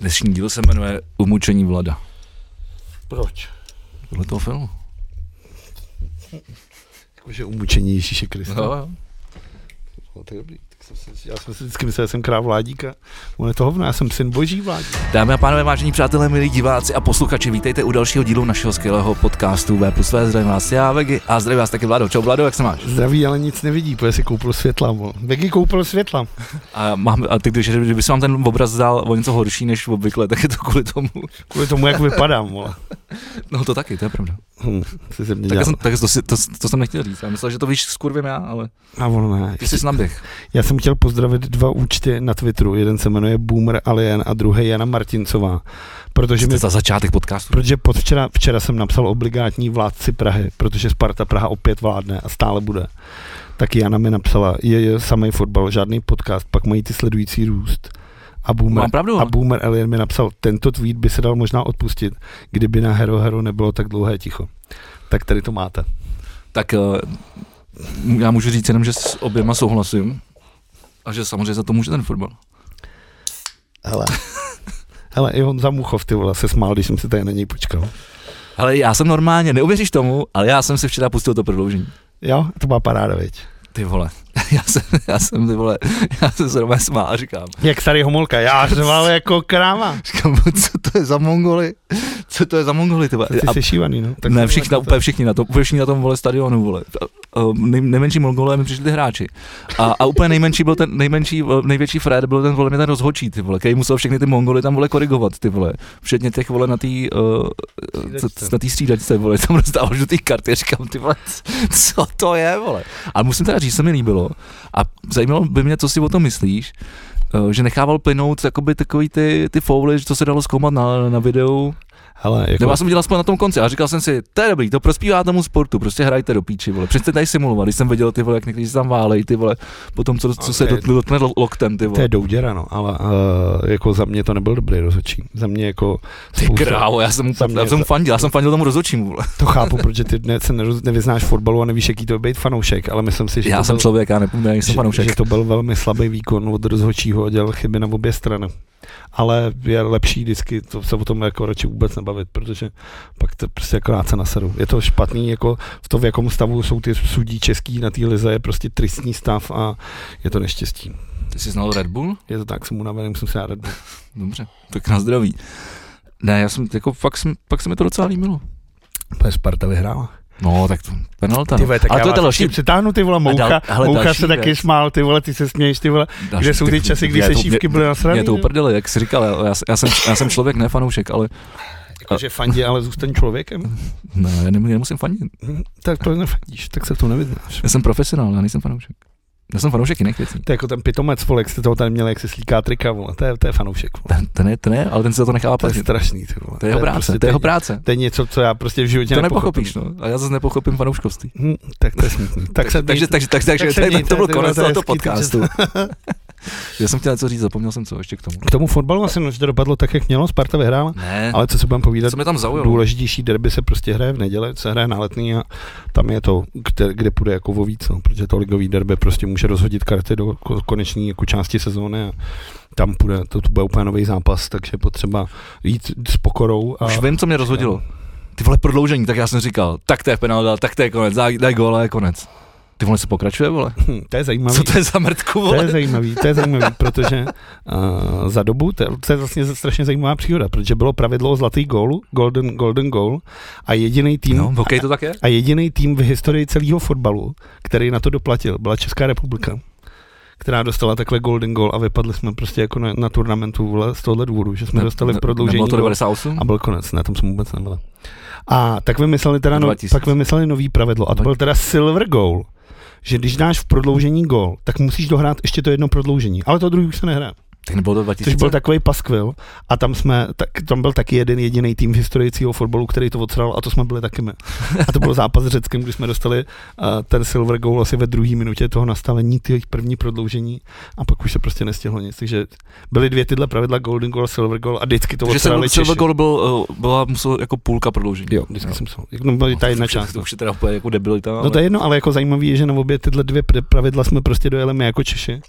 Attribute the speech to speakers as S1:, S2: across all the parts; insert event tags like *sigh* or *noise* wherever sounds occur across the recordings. S1: Dnešní díl se jmenuje Umučení vlada.
S2: Proč?
S1: Podle toho filmu.
S2: Jakože umučení Ježíše Krista.
S1: Jo,
S2: No.
S1: jo.
S2: No, tak dobrý. Tak jsem si, já jsem si vždycky myslel, že jsem král vládíka. On je to hovno, já jsem syn boží vládík.
S1: Dámy a pánové, vážení přátelé, milí diváci a posluchači, vítejte u dalšího dílu našeho skvělého podcastu V plus V. Zdravím vás já, Vegy, a zdravím vás taky Vlado. Čau Vlado, jak se máš?
S2: Zdraví, ale nic nevidí, protože si koupil světla. mo. Vegy koupil světla.
S1: A, mám, a ty, když, kdyby se vám ten obraz zdal o něco horší než obvykle, tak je to kvůli tomu.
S2: Kvůli tomu, jak vypadám. Vole.
S1: No to taky, to je pravda.
S2: Hm, se ze mě
S1: Tak,
S2: dělá.
S1: já jsem, tak to, si, to, to, jsem nechtěl říct. Já myslel, že to víš s kurvem já, ale
S2: A ono ne.
S1: ty jsi naběh.
S2: Já jsem chtěl pozdravit dva účty na Twitteru. Jeden se jmenuje Boomer Alien a druhý Jana Martincová. Protože
S1: To
S2: mi
S1: je za začátek podcastu.
S2: Protože pod včera, včera jsem napsal obligátní vládci Prahy, protože Sparta Praha opět vládne a stále bude. Tak Jana mi napsala, je, je samý fotbal, žádný podcast, pak mají ty sledující růst. A Boomer,
S1: Mám pravdu.
S2: a Boomer Alien mi napsal, tento tweet by se dal možná odpustit, kdyby na Hero Hero nebylo tak dlouhé ticho. Tak tady to máte.
S1: Tak eh, já můžu říct jenom, že s oběma souhlasím. A že samozřejmě za to může ten fotbal.
S2: Hele. *laughs* Hele, i Honza Muchov, ty vole, se smál, když jsem si tady na něj počkal.
S1: Ale já jsem normálně, neuvěříš tomu, ale já jsem si včera pustil to prodloužení.
S2: Jo, to byla paráda, viď?
S1: Ty vole, *laughs* já jsem, já jsem ty vole, já jsem se doma smál a říkám,
S2: Jak starý homolka, já řval jako kráma.
S1: říkám, co to je za mongoly, co to je za mongoly, ty vole.
S2: Ty
S1: A
S2: jsi šívaný, no.
S1: Tak ne, všichni, na, úplně všichni na tom, úplně všichni na tom vole stadionu, vole. A, a, nej, nejmenší mongolé mi přišli ty hráči. A, a úplně nejmenší byl ten, nejmenší, vole, největší frér byl ten vole, mě ten rozhočí, ty vole, který musel všechny ty mongoly tam vole korigovat, ty vole. Včetně těch vole na tý, uh,
S2: Střídačce.
S1: na tý střídačce, vole, tam rozdával do tý karty, já říkám, ty vole, co to je, vole. Ale musím teda říct, se mi líbilo. A zajímalo by mě, co si o tom myslíš, eh, že nechával plynout jakoby, takový ty, ty fouly, co se dalo zkoumat na, na videu,
S2: Hele, jako...
S1: nebo já jsem dělal aspoň na tom konci a říkal jsem si, to je dobrý, to prospívá tomu sportu, prostě hrajte do píči, vole. Přestaňte tady simulovat, když jsem viděl ty vole, jak někteří se tam válej, ty vole, potom co, co se
S2: Ok.
S1: dotkli dotkne lo- loktem, ty
S2: To je
S1: vole.
S2: douděra, no, ale uh, jako za mě to nebyl dobrý rozhodčí. Za mě jako...
S1: Ty
S2: spousta-
S1: krávo, já jsem,
S2: Za mě
S1: já jsem
S2: to-
S1: fandil, já jsem fandil tomu rozhodčímu, vole.
S2: *laughs* To chápu, protože ty ne, se neroz, nevyznáš v fotbalu a nevíš, jaký to je být fanoušek, ale myslím si, že,
S1: Já
S2: to,
S1: jsem
S2: byl,
S1: člověk, já nepomínám, já jsem
S2: že, že
S1: fanoušek.
S2: to byl velmi slabý výkon od rozhodčího a dělal chyby na obě strany. Ale je lepší vždycky to se o tom jako radši vůbec nebavit, protože pak to prostě jako rád se naseru. Je to špatný, jako v to, v jakom stavu jsou ty sudí český na té lize, je prostě tristní stav a je to neštěstí.
S1: Ty jsi znal Red Bull?
S2: Je to tak, jsem unavený, musím se rád
S1: Dobře, tak na zdraví. Ne, já jsem, jako fakt, jsem, fakt se mi to docela líbilo.
S2: Protože Sparta vyhrála.
S1: No, tak to, penalta.
S2: Ty
S1: no.
S2: vole, tak
S1: Ale
S2: já
S1: to je
S2: vás
S1: ta další,
S2: ještě Přitáhnu ty vole, moucha,
S1: dal-
S2: dal,
S1: hele,
S2: moucha
S1: další
S2: se taky
S1: věc.
S2: smál, ty vole, ty se směješ, ty vole.
S1: další
S2: Kde jsou ty
S1: techniky.
S2: časy, kdy
S1: Mě
S2: se
S1: to-
S2: šívky
S1: mě-
S2: no? byly nasraný?
S1: Mě to uprdeli, jak jsi říkal, já, já, já, jsem, já jsem člověk, ne fanoušek, ale
S2: Jakože Jako, fandí, ale zůstaň člověkem.
S1: ne, já nem- nemusím fandit.
S2: Hm, Tak to nefandíš, tak se v tom nevyznáš.
S1: Já jsem profesionál, já nejsem fanoušek. Já jsem fanoušek jiných věcí.
S2: To je jako ten pitomec, vole, jak jste toho tady měli, jak se slíká trika, vole. To je, to je fanoušek, vole.
S1: Ten, ten, je, ten je, ale ten se za to nechává
S2: To je
S1: platit.
S2: strašný, ty vole.
S1: Vlastně- To je jeho práce,
S2: prostě-
S1: to je jeho práce.
S2: To je něco, co já prostě v životě
S1: To
S2: nepochopím.
S1: nepochopíš, no. A já zase nepochopím fanouškovství.
S2: Hm, tak to je smutný.
S1: *laughs*
S2: Tak se
S1: takže,
S2: mějte.
S1: takže, takže, takže,
S2: tak se
S1: takže,
S2: mějte,
S1: to byl
S2: ty vole,
S1: konec
S2: to je
S1: tohoto
S2: hezký, ty
S1: podcastu. *laughs* Já jsem chtěl něco říct, zapomněl jsem co ještě k
S2: *laughs*
S1: tomu.
S2: K tomu fotbalu asi no, že to dopadlo tak, jak mělo, Sparta vyhrála.
S1: Ne,
S2: Ale co se budeme povídat,
S1: co mě tam zaujalo?
S2: Důležitější derby se prostě hraje v neděli, se hraje na letný a tam je to, kde, kde půjde jako o víc, no, protože to ligový derby prostě může rozhodit karty do ko- koneční jako části sezóny a tam půjde, to, to bude úplně nový zápas, takže je potřeba jít s pokorou. A
S1: Už vím, co mě rozhodilo. Ty vole prodloužení, tak já jsem říkal, tak to je penalta, tak to je konec, daj, daj góla, je konec. Ty vole se pokračuje, vole?
S2: hm, to je zajímavý.
S1: Co to je za mrtku,
S2: To je
S1: vole?
S2: zajímavý, to je zajímavý, protože uh, za dobu, to je, to je vlastně strašně zajímavá příhoda, protože bylo pravidlo zlatý gól, golden, golden goal a jediný tým,
S1: No, v hokeji to tak je?
S2: A jediný tým v historii celého fotbalu, který na to doplatil, byla Česká republika, která dostala takhle golden goal a vypadli jsme prostě jako na, na turnamentu vole, z tohohle důvodu, že jsme
S1: Ne-
S2: dostali
S1: ne-
S2: prodloužení
S1: Nebylo to
S2: gól
S1: 98?
S2: a byl konec, na tom jsem vůbec nebyl. A tak vymysleli teda, no,
S1: 2000.
S2: pak vymysleli nový pravidlo a to byl teda silver goal, že když dáš v prodloužení gol, tak musíš dohrát ještě to jedno prodloužení, ale to druhý už se nehraje.
S1: Tak nebylo to 2000?
S2: Což byl takový paskvil a tam jsme, tak, tam byl taky jeden jediný tým v historii cího fotbalu, který to odsral a to jsme byli taky my.
S1: *laughs*
S2: A to byl zápas s Řeckem, kdy jsme dostali uh, ten silver goal asi ve druhé minutě toho nastavení, ty první prodloužení a pak už se prostě nestihlo nic. Takže byly dvě tyhle pravidla, golden goal, silver goal a vždycky to
S1: Takže
S2: odsrali
S1: jsem
S2: Češi.
S1: Silver Goal byl, uh, byla musel jako půlka prodloužení.
S2: Jo, No vždycky
S1: Jo.
S2: jsem se, jak- no, byla i ta
S1: to,
S2: jedna
S1: už je-
S2: část.
S1: To už je teda úplně jako debilita.
S2: No to je jedno, ale jako zajímavý je, že na obě tyhle dvě pr- pravidla jsme prostě dojeli my jako Češi.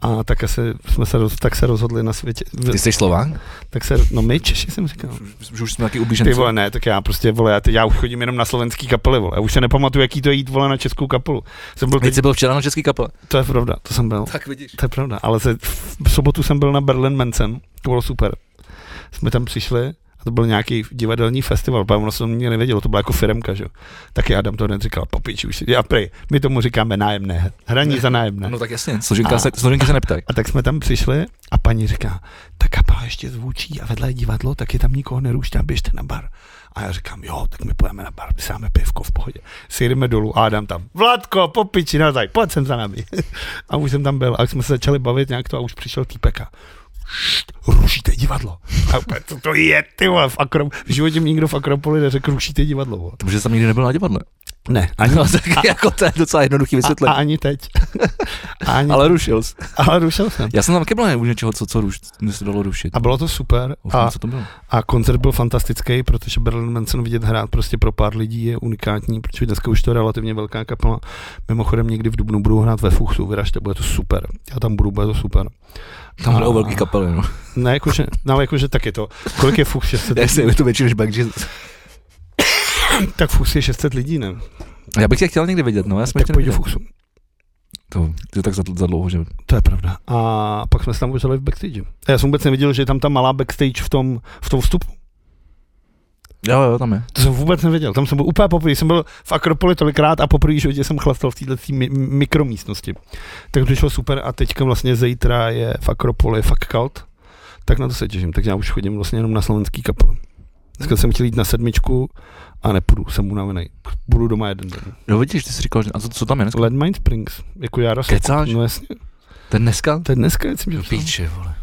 S2: A tak asi jsme se, roz, tak se rozhodli na světě. v-
S1: Ty jsi Slovák?
S2: Tak se, no my Češi jsem říkal.
S1: Že už jsme taky
S2: Ty
S1: ublíženci.
S2: vole, ne, tak já prostě, vole, já, já už chodím jenom na slovenský kapely, vole. Já už se nepamatuju, jaký to je jít, vole, na českou kapelu. Jsem byl
S1: Teď
S2: teď,
S1: jsi byl včera na český kapel.
S2: to je pravda, to jsem byl.
S1: Tak vidíš.
S2: To je pravda, ale se, v sobotu jsem byl na Berlin Mencen, to bylo super. Jsme tam přišli a to byl nějaký divadelní festival, protože ono se to mě nevědělo, to byla jako firmka, že jo. Taky Adam to hned říkal, popiči už, si- já prej, my tomu říkáme nájemné, hraní za nájemné.
S1: No tak jasně, složenka
S2: A-
S1: se, složenky se neptají.
S2: A tak jsme tam přišli a paní říká, ta kapela ještě zvučí a vedle je divadlo, tak je tam nikoho nerušte a běžte na bar. A já říkám, jo, tak my pojeme na bar, my si dáme pivko v pohodě. Sjedeme dolů a Adam tam, Vladko, popiči, nazaj, pojď sem za nami. *laughs* a už jsem tam byl a jsme se začali bavit nějak to a už přišel týpek a "Št, rušíte divadlo. A úplně, co to je, ty vole, v, Akrom... v životě mi nikdo v Akropoli neřekl, rušíte divadlo. Vole.
S1: To, že jsem nikdy nebyl na divadle.
S2: Ne, ani,
S1: No, tak jako to je docela jednoduchý
S2: a, a
S1: vysvětlení.
S2: ani teď. *laughs* A ani, ale,
S1: Ale rušil jsi.
S2: ale rušil jsem.
S1: Já jsem tam taky byl u něčeho, co, co ruš, mě se dalo rušit.
S2: A bylo to super.
S1: Už
S2: A
S1: nevím, co to bylo.
S2: A koncert byl fantastický, protože Berlin Manson vidět hrát prostě pro pár lidí je unikátní, protože dneska už to je relativně velká kapela. Mimochodem někdy v Dubnu budou hrát ve Fuchsu, vyražte, bude to super. Já tam budu, bude to super.
S1: Tam
S2: A-
S1: budou velký kapely, no.
S2: Ne, jakože, no, ale jakože tak je to. Kolik je Fuchs 600
S1: Jasně,
S2: lidí?
S1: je to větší než back, že...
S2: Tak Fuchs je 600 lidí, ne?
S1: Já bych tě chtěl někdy vidět, no, já jsem
S2: Tak
S1: tě
S2: pojď do
S1: neviděl.
S2: Fuchsu.
S1: To, to je tak za, za dlouho, že...
S2: To je pravda. A pak jsme se tam užili v backstage. A já jsem vůbec nevěděl, že je tam ta malá backstage v tom, v tom vstupu.
S1: Jo, jo, tam je.
S2: To jsem vůbec nevěděl. Tam jsem byl úplně poprvé. Jsem byl v Akropoli tolikrát a poprvé životě jsem chlastal v této mi- mikromístnosti. Tak to šlo super a teďka vlastně zítra je v Akropoli fakt kalt. Tak na to se těším. Tak já už chodím vlastně jenom na slovenský kapel. Dneska jsem chtěl jít na sedmičku a nepůjdu, jsem unavený. Budu doma jeden den.
S1: Jo, vidíš, ty jsi říkal, že... a co, co tam je dneska?
S2: Landmine Springs, jako já rozhodl.
S1: Kecáš?
S2: No jasně,
S1: Ten dneska?
S2: to je dneska, jak jsem že psal.
S1: Píče, vole.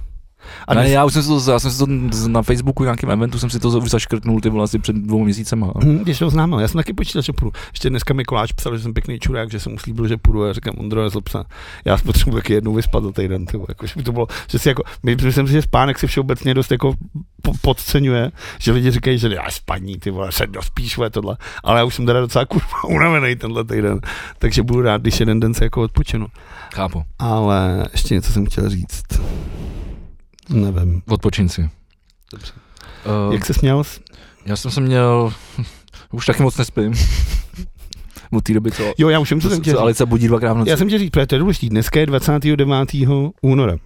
S2: A
S1: A ne,
S2: dnes,
S1: já už jsem si to, já jsem si to z- na Facebooku nějakým eventu jsem si to už zaškrtnul ty vole asi před dvou měsícema.
S2: Hm, když to oznámil, já jsem taky počítal, že půjdu. Ještě dneska mi Koláč psal, že jsem pěkný čurák, že jsem mu slíbil, že půjdu. A já říkám, Ondro, nezlob se. Já si potřebuji taky jednou vyspat za týden. Tyvo. Jako, že by to bylo, že si jako, my- myslím si, že spánek se všeobecně dost jako po- podceňuje, že lidi říkají, že já spaní, ty vole, se dospíš, vole, tohle. Ale já už jsem teda docela kurva *laughs* unavený tenhle týden, takže budu rád, když jeden den se jako odpočinu.
S1: Chápu.
S2: Ale ještě něco jsem chtěl říct. Nevím.
S1: Odpočin si.
S2: Dobře.
S1: Uh,
S2: Jak se směl?
S1: Já jsem se měl, *laughs* už taky moc nespím. *laughs* Od té doby, co,
S2: Jo, já už jsem
S1: co,
S2: co jsem chtěl
S1: co
S2: říct.
S1: Alice budí dvakrát v noci.
S2: Já jsem ti říct, protože to je důležitý. Dneska je 29. února.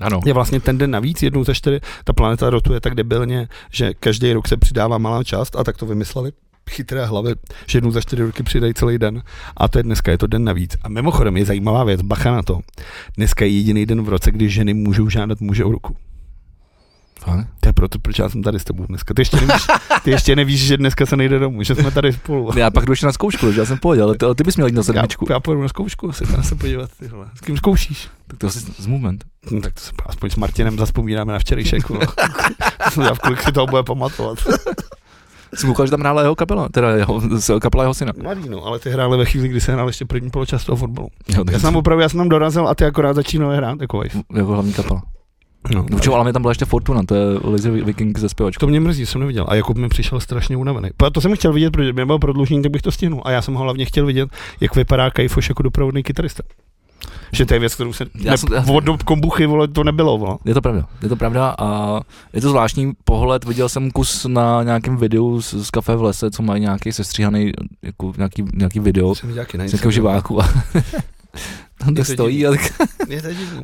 S1: Ano.
S2: Je vlastně ten den navíc, jednou za čtyři. Ta planeta rotuje tak debilně, že každý rok se přidává malá část a tak to vymysleli chytré hlavy, že jednou za čtyři roky přidají celý den. A to je dneska, je to den navíc. A mimochodem je zajímavá věc, bacha na to. Dneska je jediný den v roce, kdy ženy můžou žádat muže o ruku.
S1: Fakt?
S2: To je proto, proč já jsem tady s tebou dneska. Ty ještě nevíš, ty ještě nevíš že dneska se nejde domů, že jsme tady spolu.
S1: Já pak jdu ještě na zkoušku, že já jsem pojel, ale ty, ale ty bys měl jít na
S2: Já,
S1: sedmičku.
S2: já pojedu na zkoušku, se tam se podívat. Tyhle. S kým zkoušíš?
S1: Tak to si z moment.
S2: No, tak to se aspoň s Martinem zaspomínáme na včerejšek. No. *laughs* Já v kolik si toho bude pamatovat.
S1: Jsem koukal, že tam hrála jeho kapela, teda jeho, s- kapela jeho syna.
S2: Mladý, no, ale ty hráli ve chvíli, kdy se hrál ještě první poločas toho fotbalu.
S1: Jo, tak
S2: Já jsem opravdu, já jsem tam dorazil a ty akorát začínal hrát, jako vejš.
S1: jako hlavní kapela.
S2: No,
S1: No, čemu, ale mě tam byla ještě Fortuna, to je Lazy Viking ze zpěvačkou.
S2: to mě mrzí, jsem neviděl. A Jakub mi přišel strašně unavený. Po- To jsem chtěl vidět, protože by byl prodloužení, tak bych to stihnul. A já jsem ho hlavně chtěl vidět, jak vypadá Kajfoš jako doprovodný kytarista. Že to je věc, kterou se
S1: Já
S2: ne,
S1: jsem- já-
S2: od dob kombuchy, vole, to nebylo, vole.
S1: Je to pravda, je to pravda a je to zvláštní pohled, viděl jsem kus na nějakém videu z, z kafe v lese, co mají nějaký sestříhaný, jako nějaký, nějaký video
S2: Jsem nějaký
S1: z nějakého živáku a
S2: *laughs*
S1: tam to
S2: Je to
S1: stojí a, tak,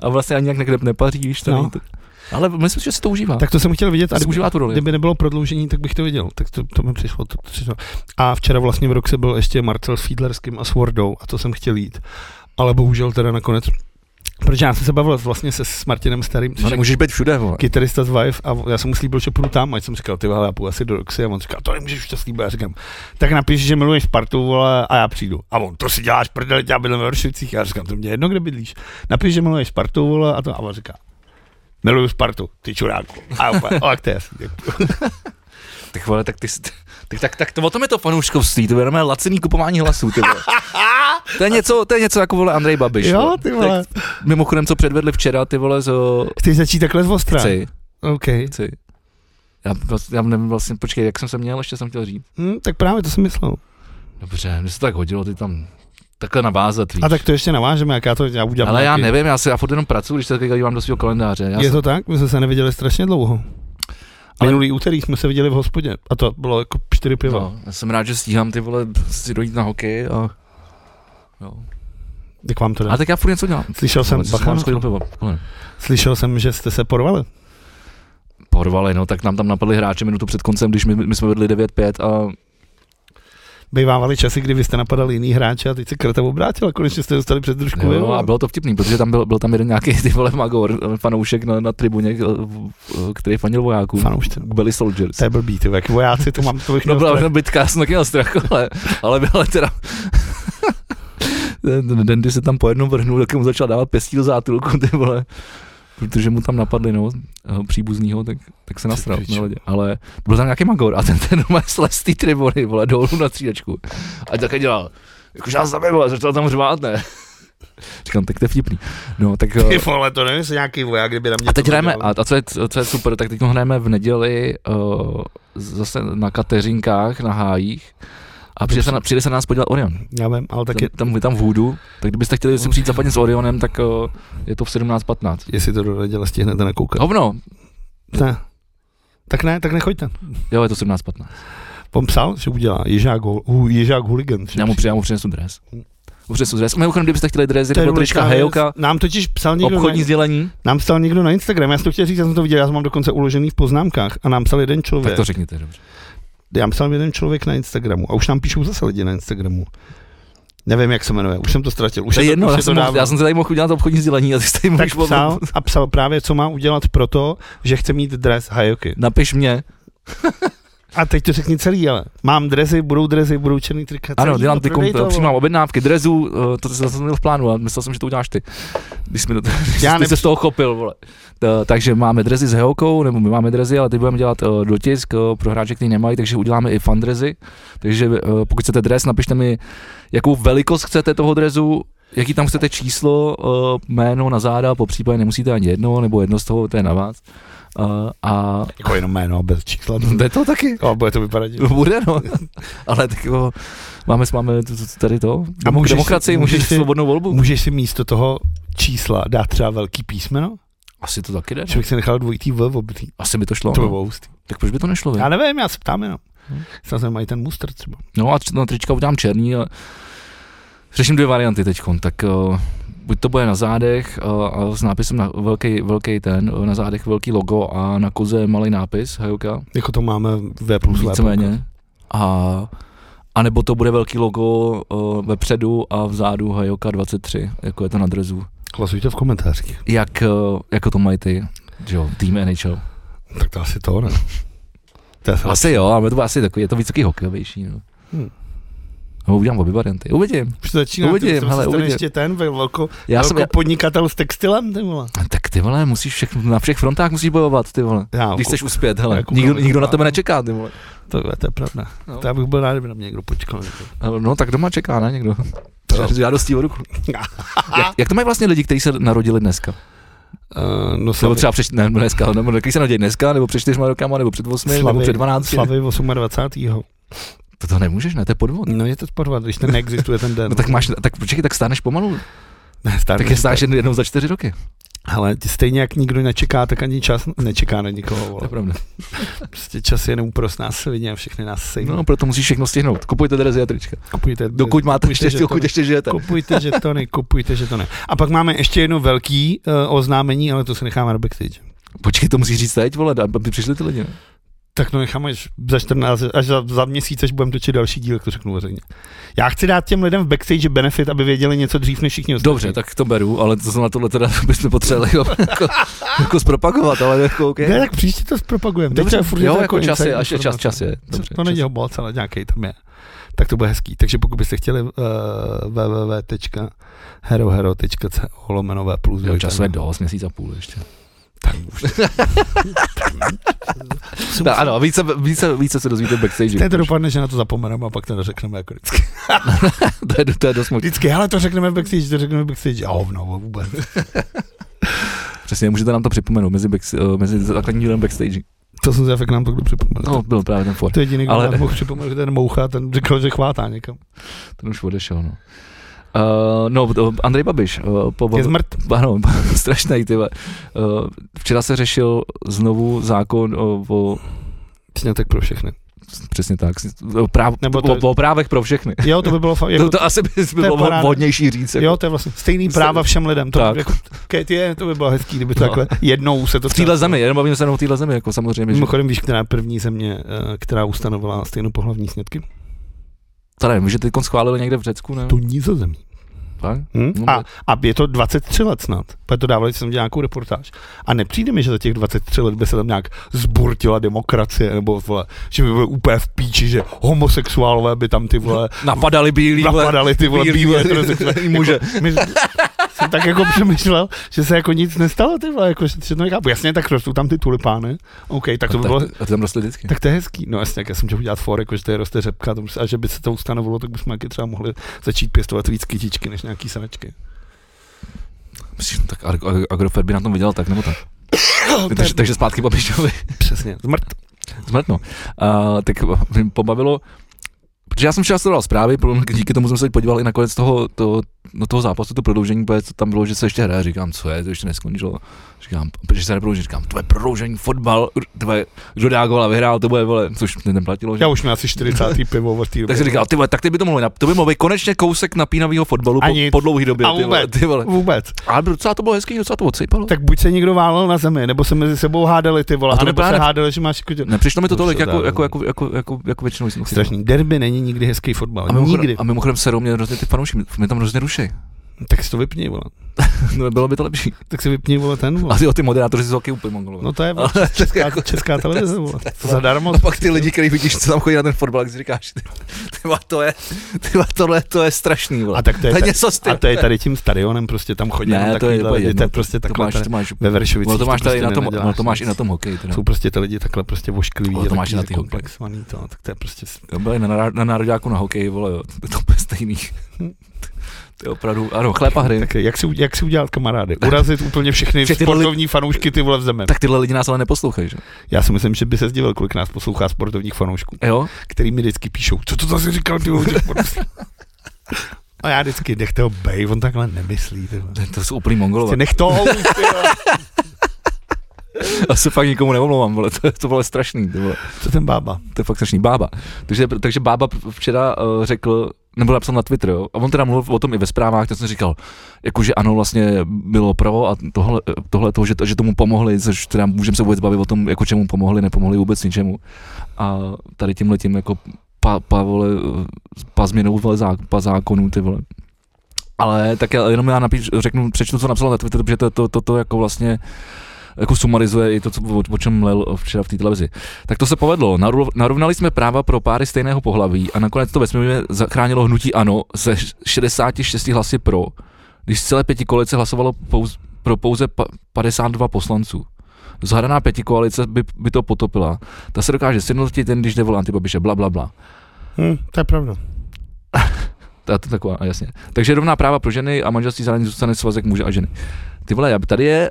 S1: a vlastně ani jak někde nepaří, víš, to
S2: No.
S1: není to. Ale myslím, že si to užívá. Tak
S2: Tak to jsem chtěl vidět. A
S1: si
S2: kdyby-
S1: užívá tu roli.
S2: Kdyby nebylo prodloužení, tak bych to viděl. Tak to, to mi přišlo. To, to přišlo. A včera vlastně v roce byl ještě Marcel s Fiedlerským a Swordou a to jsem chtěl jít. Ale bohužel teda nakonec, protože já jsem se bavil vlastně se s Martinem Starým,
S1: No
S2: což je
S1: nemůžeš být všude, vole.
S2: kytarista z Vive a já jsem mu slíbil, že půjdu tam, a jsem říkal, ty vole, já půjdu asi do Roxy a on říkal, to nemůžeš už to slíbit, já říkám, tak napiš, že miluješ Spartu, vole, a já přijdu. A on, to si děláš, prdele, já bydlím ve Vršovicích, já říkám, to mě jedno, kde bydlíš. Napiš, že miluješ Spartu, vole, a to, a on říká, miluju Spartu, ty čuráku. A já úplně, "O, tak to je jasný,
S1: Ty vole, tak ty, ty, ty tak, tak to, o tom je to fanouškovství, to je normálně laciný kupování hlasů, ty vole. To je něco, to je něco jako vole Andrej Babiš.
S2: Jo, ty vole.
S1: Tak, mimochodem, co předvedli včera, ty vole, z
S2: Chceš začít takhle z ostra?
S1: Chci,
S2: OK.
S1: chci. Já, vlast- já nevím vlastně, počkej, jak jsem se měl, ještě jsem chtěl říct.
S2: Hm, tak právě to jsem myslel.
S1: Dobře, mně se tak hodilo, ty tam takhle navázat, víš.
S2: A tak to ještě navážeme, jak já to já udělám.
S1: Ale já
S2: nějaký-
S1: nevím, já, se, já furt jenom pracuji, když se takhle dívám do svého kalendáře. Já
S2: Je
S1: jsem,
S2: to tak? My jsme se neviděli strašně dlouho.
S1: Ale-
S2: Ale... Minulý úterý jsme se viděli v hospodě a to bylo jako čtyři piva. No.
S1: no, já jsem rád, že stíhám ty vole si dojít na hokej a... Jo.
S2: Jak vám to jde?
S1: A tak já furt něco dělám.
S2: Slyšel jsem,
S1: Ale co
S2: bacha,
S1: mám schodil pivo. Kolem.
S2: slyšel jsem, že jste se porvali.
S1: Porvali, no, tak nám tam napadli hráče minutu před koncem, když my, my jsme vedli 9-5 a
S2: Bývávaly časy, kdy vy jste napadali jiný hráče a teď se krta obrátil a konečně jste dostali před družku.
S1: Jo, a bylo to vtipný, protože tam byl, byl tam jeden nějaký ty vole magor, eh, fanoušek na, na tribuně, k- který fanil vojáků.
S2: fanoušci.
S1: Byli soldiers.
S2: To je blbý, ty jak vojáci, to mám, to
S1: *laughs*
S2: bych
S1: No
S2: měl
S1: byla
S2: strach.
S1: to bitka, já jsem taky měl strach, ale, ale byla teda... *laughs* Ten Dandy se tam po jednom vrhnul, tak mu začal dávat pěstí do zátulku, ty vole. Protože mu tam napadli, no, eh, příbuznýho, tak, tak se nasral
S2: pičo.
S1: na ledě. Ale byl tam nějaký magor a ten ten má slestý tribuny, vole, dolů na střídačku. A také dělal, jakože nás zabij, vole, začal tam řvát, ne? *laughs* Říkám, tak to je vtipný. No, tak... eh,
S2: Ty vole, to nevím, jestli nějaký voják, kdyby na mě
S1: a teď
S2: to
S1: hrajeme,
S2: udělal.
S1: a, a co, je, co je super, tak teď hrajeme v neděli uh, zase na Kateřinkách, na Hájích. A přijde se, na, přijde se na nás podívat Orion.
S2: Já vím, ale tak
S1: Tam,
S2: je,
S1: tam, je tam v Hůdu. Tak kdybyste chtěli si přijít zapadně s Orionem, tak uh, je to v 17.15.
S2: jestli to do neděle stihnete nakoukat.
S1: Hovno,
S2: Ne. Tak ne, tak nechoďte.
S1: jo, je to 17.15.
S2: On psal, že udělá Ježák, hol- hu, ježák hooligan. že?
S1: Já mu, při- já mu přinesu dres. Mu přinesu dres. Mimochodem, kdybyste chtěli dres,
S2: To je
S1: nebo
S2: důležitá
S1: jako trička
S2: věc.
S1: Hejoka,
S2: Nám totiž psal někdo,
S1: obchodní
S2: na,
S1: sdělení,
S2: nám psal někdo na Instagram, já jsem to chtěl říct, já jsem to viděl, já to mám dokonce uložený v poznámkách a nám psal jeden
S1: tak
S2: člověk.
S1: to řekněte, dobře.
S2: Já psal jeden člověk na Instagramu a už nám píšou zase lidi na Instagramu. Nevím, jak se jmenuje, už jsem to ztratil. Už
S1: To je jedno,
S2: už
S1: já jsem, mohl,
S2: dávno.
S1: já jsem si tady mohl udělat obchodní sdělení a ty jste tady
S2: tak
S1: mohl
S2: psal a psal právě, co má udělat proto, že chce mít dres Hayoky.
S1: Napiš mě.
S2: A teď to řekni celý, ale mám dresy, budou dresy, budou černý trika.
S1: Ano,
S2: celý,
S1: dělám
S2: to
S1: ty
S2: prodej
S1: kom-
S2: to,
S1: přijímám objednávky, drezu, eh, to jsem zase měl v plánu a myslel jsem, že to uděláš ty. Když jsme to, *laughs* Já
S2: Já
S1: jsi se
S2: nepři-
S1: z toho chopil, vole. To, takže máme drezy s Heokou, nebo my máme drezy, ale ty budeme dělat uh, dotisk uh, pro hráče, který nemají, takže uděláme i fandrezy. Takže uh, pokud chcete dres, napište mi, jakou velikost chcete toho drezu, jaký tam chcete číslo, uh, jméno na záda, po případě nemusíte ani jedno, nebo jedno z toho, to je na vás. Uh, a
S2: Jako jenom jméno,
S1: *laughs*
S2: bez čísla.
S1: jde *laughs* to taky.
S2: A bude to
S1: *laughs*
S2: vypadat. divně.
S1: Bude, no. Ale tak jo, máme, máme t- t- tady to.
S2: A můžeš-
S1: demokracii, můžeš,
S2: můžeš
S1: můžeš
S2: si-
S1: svobodnou volbu.
S2: Můžeš si místo toho čísla dát třeba velký písmeno?
S1: Asi to taky jde. no.
S2: Člověk si nechal dvojitý V v obří.
S1: Asi by to šlo.
S2: To by
S1: no.
S2: bylo hustý.
S1: Tak proč by to nešlo? vy?
S2: Já nevím, já se ptám jenom.
S1: Hm.
S2: Snad se mají ten muster třeba.
S1: No a tr- na trička udělám černý. A... Řeším dvě varianty teď. Tak uh, buď to bude na zádech uh, a s nápisem na velký, velký ten, eh, na zádech velký logo a na koze malý nápis, Hajuka,
S2: Jako to máme V plus V.
S1: víceméně. A, a nebo to bude velký logo uh, vepředu a vzadu Hajoka 23, jako je to na drezu.
S2: Hlasujte v komentářích.
S1: jak, eh, jako to mají ty, že jo, tým NHL.
S2: Tak to asi
S1: *laughs*
S2: to, ne? To je asi...
S1: Asi jo, ale to bude asi takový, je to víc takový hokejovější, no.
S2: Hm.
S1: Nebo udělám obě varianty, uvidím.
S2: Už to začíná,
S1: Uvidím,
S2: uvidím,
S1: hele,
S2: hele,
S1: uvidím.
S2: ještě ten vel- velko,
S1: Já jsem, já,
S2: podnikatel s textilem, ty vole.
S1: tak ty vole, musíš všech, na všech frontách musíš bojovat, ty vole.
S2: Já,
S1: Když chceš uspět, hele,
S2: Já koukám,
S1: nikdo,
S2: koukám.
S1: nikdo na tebe nečeká, ty vole.
S2: to, to, je pravda.
S1: No.
S2: No. To já bych byl rád, kdyby na mě někdo počkal. Někdo.
S1: No tak doma čeká, ne, někdo.
S2: To-
S1: S Žádostí o ruku. jak, jak, to mají vlastně lidi, kteří se narodili dneska?
S2: Uh, no,
S1: Nebo
S2: slavy,
S1: třeba před, ne, dneska, nebo kteří se narodili dneska, nebo před čtyřma rokama, nebo před osmi, nebo před dvanácti.
S2: Slavy 28.
S1: To, to nemůžeš, ne, to je podvod.
S2: No je to podvat, když ten neexistuje ten den.
S1: No tak máš, tak počkej, tak stáneš pomalu.
S2: ne, stárnu,
S1: Tak je stáš jen- jednou za čtyři roky.
S2: Ale stejně jak nikdo nečeká, tak ani čas nečeká na nikoho.
S1: To je
S2: Vole.
S1: pravda.
S2: Prostě čas je neúprostná svině a všechny nás sejmou.
S1: No, proto musíš všechno stihnout. Kupujte drezy a trička.
S2: kupujte,
S1: Dokud máte
S2: kupujte,
S1: ještě,
S2: že
S1: dokud
S2: to-
S1: ještě žijete.
S2: Kupujte žetony, kupujte žetony. A pak máme ještě jedno velký uh, oznámení, ale to se necháme na backstage.
S1: Počkej, to musíš říct teď, vole, aby přišli ty lidi. ne?
S2: Tak to necháme až za 14, až za, za měsíc, až budeme točit další díl, jak to řeknu veřejně. Já chci dát těm lidem v backstage benefit, aby věděli něco dřív než všichni ostatní.
S1: Dobře, tak to beru, ale to na tohle teda *laughs* bychom potřebovali jo, jako, jako zpropagovat, ale jako OK.
S2: Ne, tak příště to zpropagujeme.
S1: Dobře,
S2: Teď to je furt
S1: jo,
S2: něco
S1: jako čas je,
S2: inside
S1: až je čas,
S2: informace.
S1: čas je. Dobře,
S2: to není
S1: čas.
S2: obal, ale nějaký tam je. Tak to bude hezký. Takže pokud byste chtěli uh, www.herohero.co lomeno V plus
S1: Jo,
S2: dvojka.
S1: času je dost, měsíc a půl ještě.
S2: Tak už.
S1: Ta, No, ano, více, více, více se dozvíte backstage.
S2: Teď to dopadne, že na to zapomeneme a pak to řekneme jako vždycky.
S1: to, je, to je dost možný.
S2: Vždycky, hele, to řekneme v backstage, to řekneme v backstage. A hovno, vůbec.
S1: Přesně, můžete nám to připomenout mezi, back, eh, mezi základním dílem backstage.
S2: To jsem zjistil, jak nám to kdo připomněl.
S1: No, byl právě ten for.
S2: To je jediný, kdo
S1: Ale-
S2: Ale... mohl připomenout, že ten moucha, ten říkal, že chvátá někam.
S1: Ten už odešel, no. Uh, no, to Andrej Babiš. Uh, po,
S2: Je zmrt.
S1: *laughs* ano, strašný, ty vole. uh, Včera se řešil znovu zákon o, o
S2: Snětek pro všechny.
S1: přesně tak, o, práv,
S2: Nebo
S1: Nebo
S2: to
S1: to,
S2: je-
S1: o, o právech pro všechny.
S2: Jo, to by
S1: *laughs*
S2: bylo fakt, jako,
S1: to, to asi by, by bylo
S2: paráda.
S1: vhodnější říct. Jako.
S2: jo, to je vlastně stejný práva všem lidem. To,
S1: Tak.
S2: jako, Kate je, to by bylo hezký, kdyby to
S1: No.
S2: takhle jednou se to...
S1: V téhle zemi, jenom bavíme se jenom o téhle zemi, jako samozřejmě, že
S2: Mimochodem, víš, která je první země, eh, která ustanovila stejnopohlavní snědky?
S1: to nevím, že teď schválili někde v Řecku, ne?
S2: To Nizozemí.
S1: Tak?
S2: Hm?
S1: No,
S2: A, a je to 23 let snad, protože to dávali jsem dělal nějakou reportáž. A nepřijde mi, že za těch 23 let by se tam nějak zburtila demokracie, nebo vole, že by bylo úplně v píči, že homosexuálové by tam ty vole
S1: Napadali bílí, vole.
S2: napadali ty vole
S1: bílí,
S2: bílé
S1: bílí, *laughs*
S2: heterosexuální
S1: muže.
S2: Jako, my, jsem tak jako přemýšlel, že se jako nic nestalo, ty vole, jako, že, že to nechápu. Jasně, tak rostou tam ty tulipány, OK, tak to by bylo,
S1: A ty tam rostly vždycky.
S2: tak to je hezký. No jasně, jak já jsem chtěl udělat for, jako, že to je roste řepka to prostě- a že by se to ustanovilo, tak bychom taky třeba mohli začít pěstovat víc kytičky než nějaký sáčky.
S1: *laughs* Myslíš, tak Ag- Ag- Agrofert by na tom vydělal tak nebo
S2: No,
S1: tak. takže, takže zpátky Babišovi.
S2: Přesně, zmrt.
S1: *laughs* Zmrtno. Uh, tak mě pobavilo, protože já jsem včera sledoval zprávy, pro- díky tomu jsem se podíval i na konec toho, to, no toho zápasu, to prodloužení, protože tam bylo, že se ještě hraje, říkám, co je, to ještě neskončilo. Říkám, protože se neprodlouží, říkám, to je prodloužení, fotbal, tvoje, kdo dá gól a vyhrál, to bude, vole, což mě neplatilo. Že?
S2: Já už měl asi 40. pivo od té doby.
S1: Tak jsem říkal, ty vole, tak ty by to mohlo, nap- to by mohlo být konečně kousek napínavého fotbalu
S2: A
S1: po,
S2: nic.
S1: po dlouhý době,
S2: A
S1: ty vole,
S2: vůbec.
S1: ty vole.
S2: Vůbec.
S1: Ale docela to bylo hezký, docela to odsypalo.
S2: Tak buď se někdo válel na zemi, nebo se mezi sebou hádali ty vole,
S1: A to
S2: anebo se
S1: vypadá-
S2: hádali, že máš jako...
S1: Nepřišlo mi to
S2: To se
S1: tolik,
S2: dá
S1: jako, jako,
S2: rozumět.
S1: jako, jako, jako, jako většinou jsem chtěl.
S2: Strašný. Derby není nikdy hezký fotbal.
S1: A mimochodem,
S2: nikdy.
S1: a mimochodem serou mě hrozně ty fanouši, mě tam hrozně
S2: *laughs*
S1: ruší.
S2: Tak si to vypni, vole.
S1: No, bylo by to lepší.
S2: Tak si vypni, vole, ten, vole.
S1: A ty, o ty moderátoři jsou taky úplně mongolové.
S2: No to je vole,
S1: Ale-
S2: česká, česká televize, vole. To
S1: *laughs*
S2: zadarmo.
S1: a
S2: prostě.
S1: pak ty lidi, který vidíš, co tam chodí na ten fotbal, jak si říkáš, ty, ty, vole, to je, ty, vole, tohle, to je strašný, vole.
S2: A tak to je,
S1: to je
S2: tady,
S1: něco styl.
S2: a to je tady tím stadionem, prostě tam chodí
S1: Ne,
S2: jenom
S1: to je
S2: takovýhle
S1: úplně
S2: lidi,
S1: jedno.
S2: to je prostě
S1: to
S2: takhle
S1: máš,
S2: tady
S1: to máš,
S2: ve Veršovicích.
S1: no to máš tady na
S2: prostě
S1: tom,
S2: nenaděláš
S1: no to máš i
S2: nic.
S1: na tom hokeji. Teda.
S2: Jsou prostě ty lidi takhle prostě vošklivý,
S1: Ale to máš i na
S2: takový
S1: ty hokeji.
S2: komplexovaný to, tak to je prostě
S1: Jo, Byli na, na, na nároďáku na hokeji, vole, jo, to je to úplně stejný. *laughs* to je opravdu, ano, chléb a hry.
S2: Tak jak si, jak si
S1: *laughs*
S2: udělat kamarády? Urazit úplně všechny
S1: Všechny
S2: sportovní fanoušky ty vole v zemi.
S1: Tak tyhle lidi nás ale neposlouchají, že?
S2: Já si myslím, že by se zdivil, kolik nás poslouchá sportovních fanoušků,
S1: Jo?
S2: který mi vždycky píšou, co to zase říkal ty vole. o těch sportovcích?" A já vždycky, nech toho bej, on takhle nemyslí. Ty vole.
S1: To- To jsou úplný mongolové.
S2: Prostě nech to.
S1: Já se fakt nikomu neomlouvám, vole, to, to bylo strašný, to, vole,
S2: Co ten bába?
S1: to je fakt strašný, bába. Takže, takže bába včera uh, řekl, nebo napsal na Twitter, jo, a on teda mluvil o tom i ve zprávách, tak jsem říkal, jakože ano, vlastně bylo pravo a tohle, eh, tohle toho, že, to- že tomu pomohli, což teda můžeme se vůbec bavit o tom, jako čemu pomohli, nepomohli vůbec ničemu. A tady tím letím jako pa, pa, vole, eh, pa změnou vole, zá, pa zákonů, ty vole. Ale tak já, jenom já napíš, řeknu, přečtu, co napsal na Twitter, protože to, to, to, to jako vlastně jako sumarizuje i to, co, o, o čem mlel včera v té televizi. Tak to se povedlo. Naru- Narovnali jsme práva pro páry stejného pohlaví a nakonec to vesmírně zachránilo hnutí ANO ze š- 66 hlasy pro, když z celé pěti koalice hlasovalo pouz- pro pouze pa- 52 poslanců. Zhadaná pětikoalice by, by to potopila. Ta se dokáže sjednotit jen, když jde volat antibabiše, bla, bla, bla.
S2: Hm, to je pravda.
S1: Ta, ta, taková, jasně. Takže rovná práva pro ženy a manželství zároveň zůstane svazek muže a ženy. Ty vole, já- tady je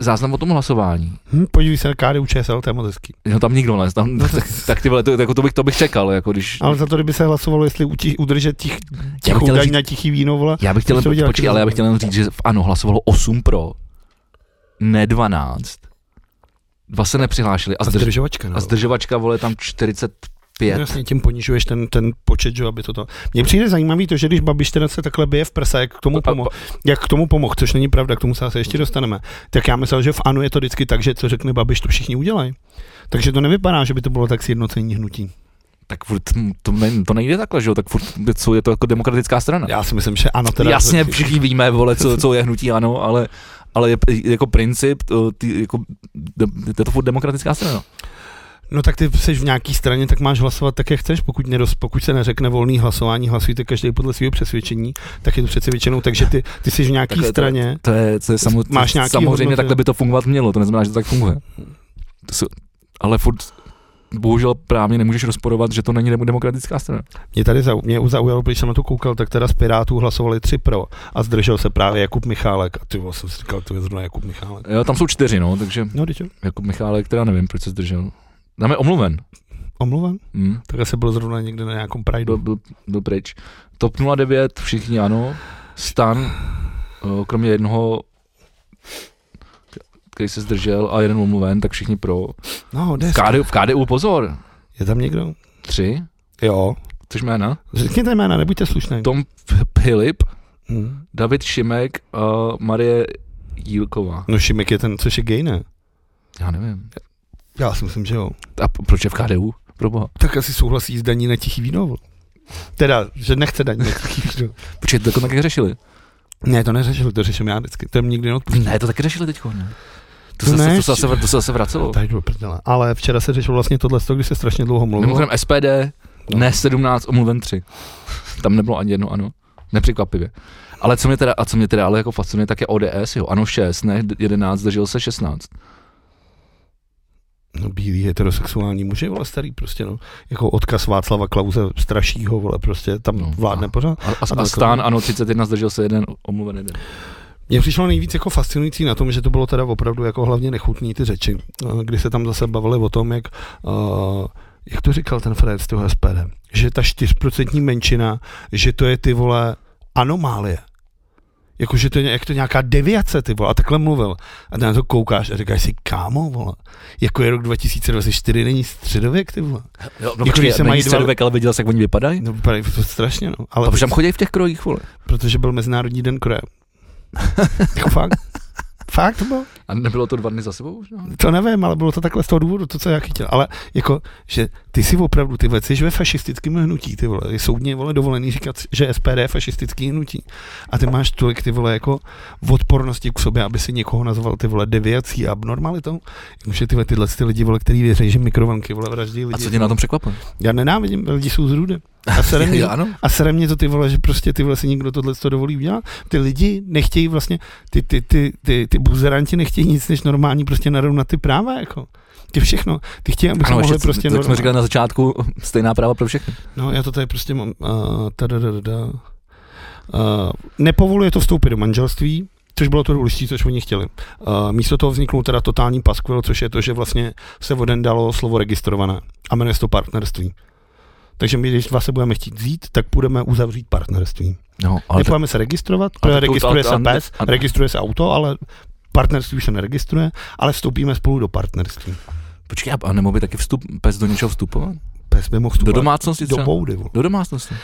S1: záznam o tom hlasování.
S2: Hm, podívej se na KDU ČSL, to je moc hezký.
S1: No tam nikdo ne, tam, *laughs*
S2: No tak-
S1: tak ty vole, to, jako to, bych, to bych čekal, jako když...
S2: Ale za to, kdyby se hlasovalo, jestli uti- udržet těch,
S1: Já bych
S2: tichou
S1: chtěl
S2: daň
S1: říct-
S2: na tichý víno, vole.
S1: Já bych chtěl,
S2: Když to udělal,
S1: počkej,
S2: když-
S1: ale já bych chtěl jenom říct, že v ano, hlasovalo 8 pro, ne 12. Dva se nepřihlášili a, zdrž,
S2: zdržovačka. no.
S1: a zdržovačka, vole, tam 45.
S2: No Jasně, tím ponižuješ ten, ten počet, že jo, aby to to. Mně přijde zajímavý to, že když Babiš teda se takhle bije v prsa, jak k tomu
S1: A- a-
S2: pomohl, jak k tomu pomohl, což není pravda, k tomu se asi ještě dostaneme, tak já myslel, že v ANO je to vždycky tak, že co řekne Babiš, to všichni udělají. Takže to nevypadá, že by to bylo tak sjednocení hnutí.
S1: Tak furt, hm, to, ne, to nejde takhle, že jo, tak furt co, je to jako demokratická strana.
S2: Já si myslím, že ano, teda.
S1: Jasně, všichni víme, vole, co, co je hnutí ano, ale ale je, jako princip, to, ty, jako, de, je to furt demokratická strana.
S2: No tak ty jsi v nějaký straně, tak máš hlasovat tak, jak chceš. Pokud, neroz, pokud se neřekne volný hlasování, hlasujte každý podle svého přesvědčení, tak je to přece většinou, takže ty, ty jsi v nějaký
S1: Takhle to-
S2: straně.
S1: To je, to je samo,
S2: Máš nějaký
S1: samozřejmě
S2: hodnoty?
S1: takhle by to fungovat mělo, to neznamená, že to tak funguje. To jsou, ale furt, bohužel právě nemůžeš rozporovat, že to není demo- demokratická strana.
S2: Mě tady zau, mě zaujalo, když jsem na to koukal, tak teda z Pirátů hlasovali tři pro a zdržel se právě Jakub Michálek. A ty vole, jsem si říkal, to je zrovna Jakub Michálek.
S1: Jo, tam jsou čtyři, no, takže
S2: No, teď jo.
S1: jako Michálek, která nevím, proč se zdržel. Tam je omluven.
S2: omluven?
S1: Hmm.
S2: Tak asi byl zrovna někde na nějakém
S1: byl,
S2: Prideu.
S1: byl, byl pryč. Top 09, všichni ano. Stan, eh, kromě jednoho, který se zdržel a jeden omluven, tak všichni pro.
S2: No,
S1: V
S2: desk.
S1: KDU, v KDU pozor,
S2: Je tam někdo?
S1: tři,
S2: Jo.
S1: což jména,
S2: Řekněte jména, nebuďte slušný.
S1: Tom F- Filip,
S2: Hm.
S1: David Šimek a Marie Jílková.
S2: No Šimek je ten, což je gay, ne?
S1: Já nevím.
S2: Já si myslím, že jo.
S1: A p- proč je v KDU? Pro boha.
S2: Tak asi souhlasí s daní na tichý víno. vole. Teda, že nechce daní na tichý víno.
S1: Proč to jako taky řešili?
S2: *laughs* Ne, to neřešil, to řeším já vždycky. To jim nikdy neodpustí.
S1: Ne, to taky řešili teď. Ne? To, se,
S2: To ne,
S1: to, se, zase, to se zase vracelo.
S2: Tak jdu do prdele. Ale včera se řešilo vlastně tohle, když se strašně dlouho mluvilo.
S1: Mimochodem SPD,
S2: No.
S1: ne 17, omluven 3. Tam nebylo ani jedno ano. Nepřekvapivě. Ale co mě teda, a co mě teda ale jako fascinuje, tak je ODS, jo. Ano 6, ne 11, držel se 16.
S2: No bílý heterosexuální muž je vole starý prostě no. Jako odkaz Václava Klauze strašího vole prostě tam
S1: No,
S2: no, vládne
S1: a-
S2: pořád.
S1: A, a, a
S2: takový.
S1: stán, ano 31, zdržel se jeden, omluven jeden.
S2: Mně přišlo nejvíc jako fascinující na tom, že to bylo teda opravdu jako hlavně nechutný ty řeči, eh, kdy se tam zase bavili o tom, jak, eh, jak to říkal ten Fred z toho SPD, že ta 4% menšina, že to je ty vole anomálie. Jako, že to je, jak to nějaká deviace, ty vole, a takhle mluvil. A ty na to koukáš a říkáš si, kámo, vole, jako je rok 2024, není středověk, ty vole.
S1: Jo, no
S2: Jako, že se mají dva-
S1: středověk, ale viděl, jsi, jak oni vypadají?
S2: No, vypadají to strašně, no. Ale
S1: A proč tam chodí v těch krojích, vole?
S2: Protože byl Mezinárodní
S1: *laughs*
S2: den Koreje. jako fakt? Fakt to bylo?
S1: A nebylo to dva dny za sebou? už, No?
S2: To nevím, ale bylo to takhle z toho důvodu, to, co já chytil. Ale jako, že ty si opravdu, ty vole, jsi ve fašistickém hnutí, ty vole, je soudně, vole, dovolený říkat, že SPD je fašistický hnutí. A ty máš tolik, ty vole, jako odpornosti k sobě, aby si někoho nazval, ty vole, deviací a abnormalitou. Jakože ty, vole, tyhle ty lidi, vole, který věří, že mikrovlnky, vole, vraždí lidi.
S1: A co tě na tom překvapilo?
S2: Já nenávidím, lidi jsou zrůdy. A sere
S1: *laughs*
S2: mě,
S1: Jo, ano.
S2: a sere mě to ty vole, že prostě ty vole si někdo tohle to dovolí udělat. Ty lidi nechtějí vlastně, ty, ty, ty, ty, ty buzeranti nechtějí nic než normální prostě narovnat ty práva jako. Ty všechno. Ty chtějí, abychom
S1: Ano,
S2: mohli
S1: ještě,
S2: prostě
S1: prostě tak jsme
S2: normálně-
S1: říkali na začátku, *laughs* stejná práva pro všechny.
S2: No já to tady prostě mám. Uh, tadadada. Uh, nepovoluje to vstoupit do manželství, což bylo to důležité, což oni chtěli. Uh, místo toho vzniknul teda totální paskvil, což je to, že vlastně se voden dalo slovo registrované a jmenuje se to partnerství. Takže my, když dva se budeme chtít vzít, tak budeme uzavřít partnerství.
S1: No, ale
S2: Nepojeme se registrovat,
S1: ale
S2: ale
S1: to- to-
S2: registruje
S1: to-
S2: se
S1: to-
S2: pes,
S1: a-
S2: registruje se auto, ale partnerství už se neregistruje, ale vstoupíme spolu do partnerství.
S1: počkej, a nemohl by taky vstup, pes do něčeho vstupovat?
S2: Pes by mohl
S1: Do
S2: vstupovat
S1: domácnosti
S2: do
S1: třeba?
S2: boudy. vole.
S1: Do domácnosti.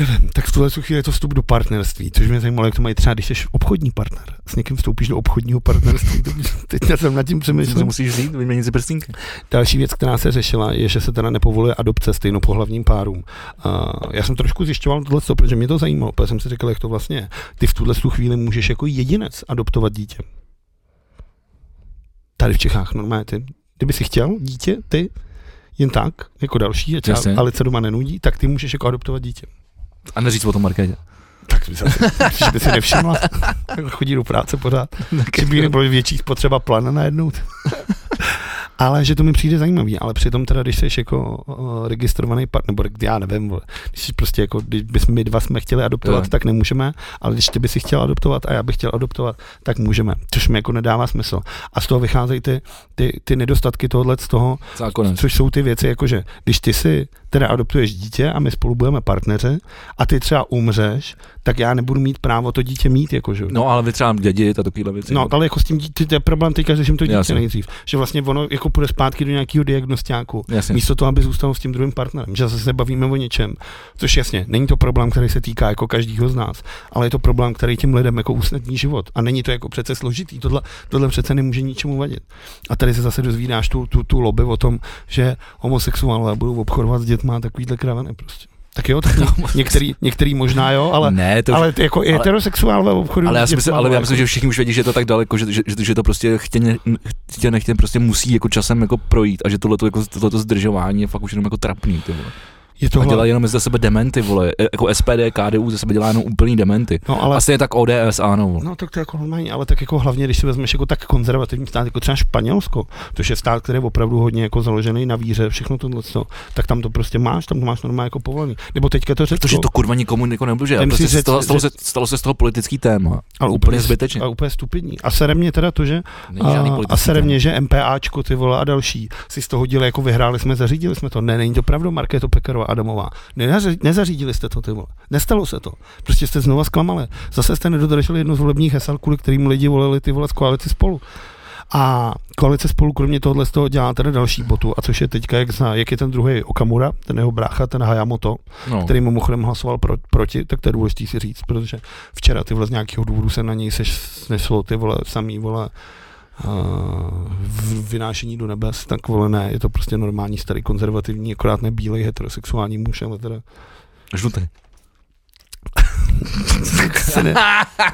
S2: Nevím, tak v tuhle tu chvíli je to vstup do partnerství, což mě zajímalo, jak to mají třeba, když jsi obchodní partner. S někým vstoupíš do obchodního partnerství, to mě- teď já jsem nad tím
S1: Myslím, že
S2: přemýšlel.
S1: musíš říct, vyměnit si prstínky.
S2: Další věc, která se řešila, je, že se teda nepovoluje adopce stejnopohlavním párům. A já jsem trošku zjišťoval tohle, protože mě to zajímalo, protože jsem si říkal, jak to vlastně je. Ty v tuhle tu chvíli můžeš jako jedinec adoptovat dítě. Tady v Čechách normálně ty. Kdyby si chtěl dítě, ty, jen tak, jako další, a třeba
S1: Jasně.
S2: Alice doma nenudí, tak ty můžeš jako adoptovat dítě.
S1: A neříct o tom Markétě.
S2: Tak by zase, *laughs* že by si nevšimla. Takhle Chodí do práce pořád. Že by nebylo větší spotřeba plana najednou. Ale že to mi přijde zajímavý, ale přitom teda, když jsi jako uh, registrovaný partner, nebo reg- já nevím, vole, když jsi prostě jako, když bys my dva jsme chtěli adoptovat,
S1: Jo.
S2: tak nemůžeme, ale když ty by si chtěl adoptovat a já bych chtěl adoptovat, tak můžeme, což mi jako nedává smysl. A z toho vycházejí ty, ty, ty nedostatky tohohle z toho,
S1: Zákonec.
S2: Což jsou ty věci, jakože když ty si teda adoptuješ dítě a my spolu budeme partneři a ty třeba umřeš, tak já nebudu mít právo to dítě mít, jakože.
S1: No, ale vy třeba dědit a takovýhle věci.
S2: No, ale jako s tím dítě, to je problém teďka, řeším to dítě
S1: Jasně.
S2: nejdřív. Že vlastně ono jako půjde zpátky do nějakého diagnostiáku,
S1: Jasně.
S2: místo toho, aby zůstalo s tím druhým partnerem. Že zase se bavíme o něčem. Což jasně, není to problém, který se týká jako každého z nás, ale je to problém, který těm lidem jako usnadní život. A není to jako přece složitý. Tohle, tohle přece nemůže ničemu vadit. A tady se zase dozvídáš tu, tu, tu lobby o tom, že homosexuálové budou obchodovat s dětma a takovýhle kraveny prostě. Tak
S1: *laughs*
S2: jo, tak ně, některý, některý možná jo, ale,
S1: ne, No, vlastně. to, ale,
S2: ale jako ale, heterosexuálové obchodují
S1: ale, já
S2: s
S1: si myslím,
S2: dětma,
S1: ale já
S2: jako-
S1: myslím, že všichni už vědí, že je to tak daleko, že, že, že, že to prostě chtěně, chtě, nechtě, prostě musí jako časem jako projít a že tohle jako, tohleto zdržování je fakt už jenom jako trapný. Ty vole.
S2: Je
S1: A
S2: tohle...
S1: dělá jenom ze sebe dementy, vole. E- Jako SPD, KDU ze sebe dělá jenom úplný dementy.
S2: No, ale
S1: Asi je tak ODS, ano. Vole.
S2: No tak to je jako normální, ale tak jako hlavně, když si vezmeš jako tak konzervativní stát, jako třeba Španělsko, což je stát, který je opravdu hodně jako založený na víře, všechno tohle, co, tak tam to prostě máš, tam to máš normálně jako povolený. Nebo teďka to Řecko,
S1: Protože to kurva nikomu jako neblíže.
S2: Ten
S1: Prostě
S2: si
S1: se
S2: řec-
S1: stalo, stalo, se,
S2: řec-
S1: stalo se z toho politický téma.
S2: ale
S1: Úplně zbytečně.
S2: A úplně stupidní. A sere mě teda to, že
S1: Není žádný
S2: a, a
S1: politický
S2: sere
S1: téma.
S2: mě, že MPAčko ty vole a další si z toho díle jako vyhráli jsme, zařídili jsme to. Ne, není to pravda, Markéto Pekarová Adamová. Nenaři, nezařídili jste to ty vole. Nestalo se to. Prostě jste znova zklamali. Zase jste nedodrželi jedno z volebních hesel, kvůli kterým lidi volili ty vole z koalici spolu. A koalice spolu kromě tohohle z toho dělá teda další botu, a což je teďka, jak, zná, jak je ten druhý Okamura, ten jeho brácha, ten Hayamoto,
S1: No.
S2: který mimochodem hlasoval pro, proti, tak to je důležité si říct, protože včera ty vole z nějakého důvodu se na něj seš, sneslo ty vole samý vole uh, v- vynášení do nebes, tak vole ne, je to prostě normální starý konzervativní, akorát ne bílej heterosexuální muž, ale teda *laughs*
S1: Žlutý.
S2: se ne,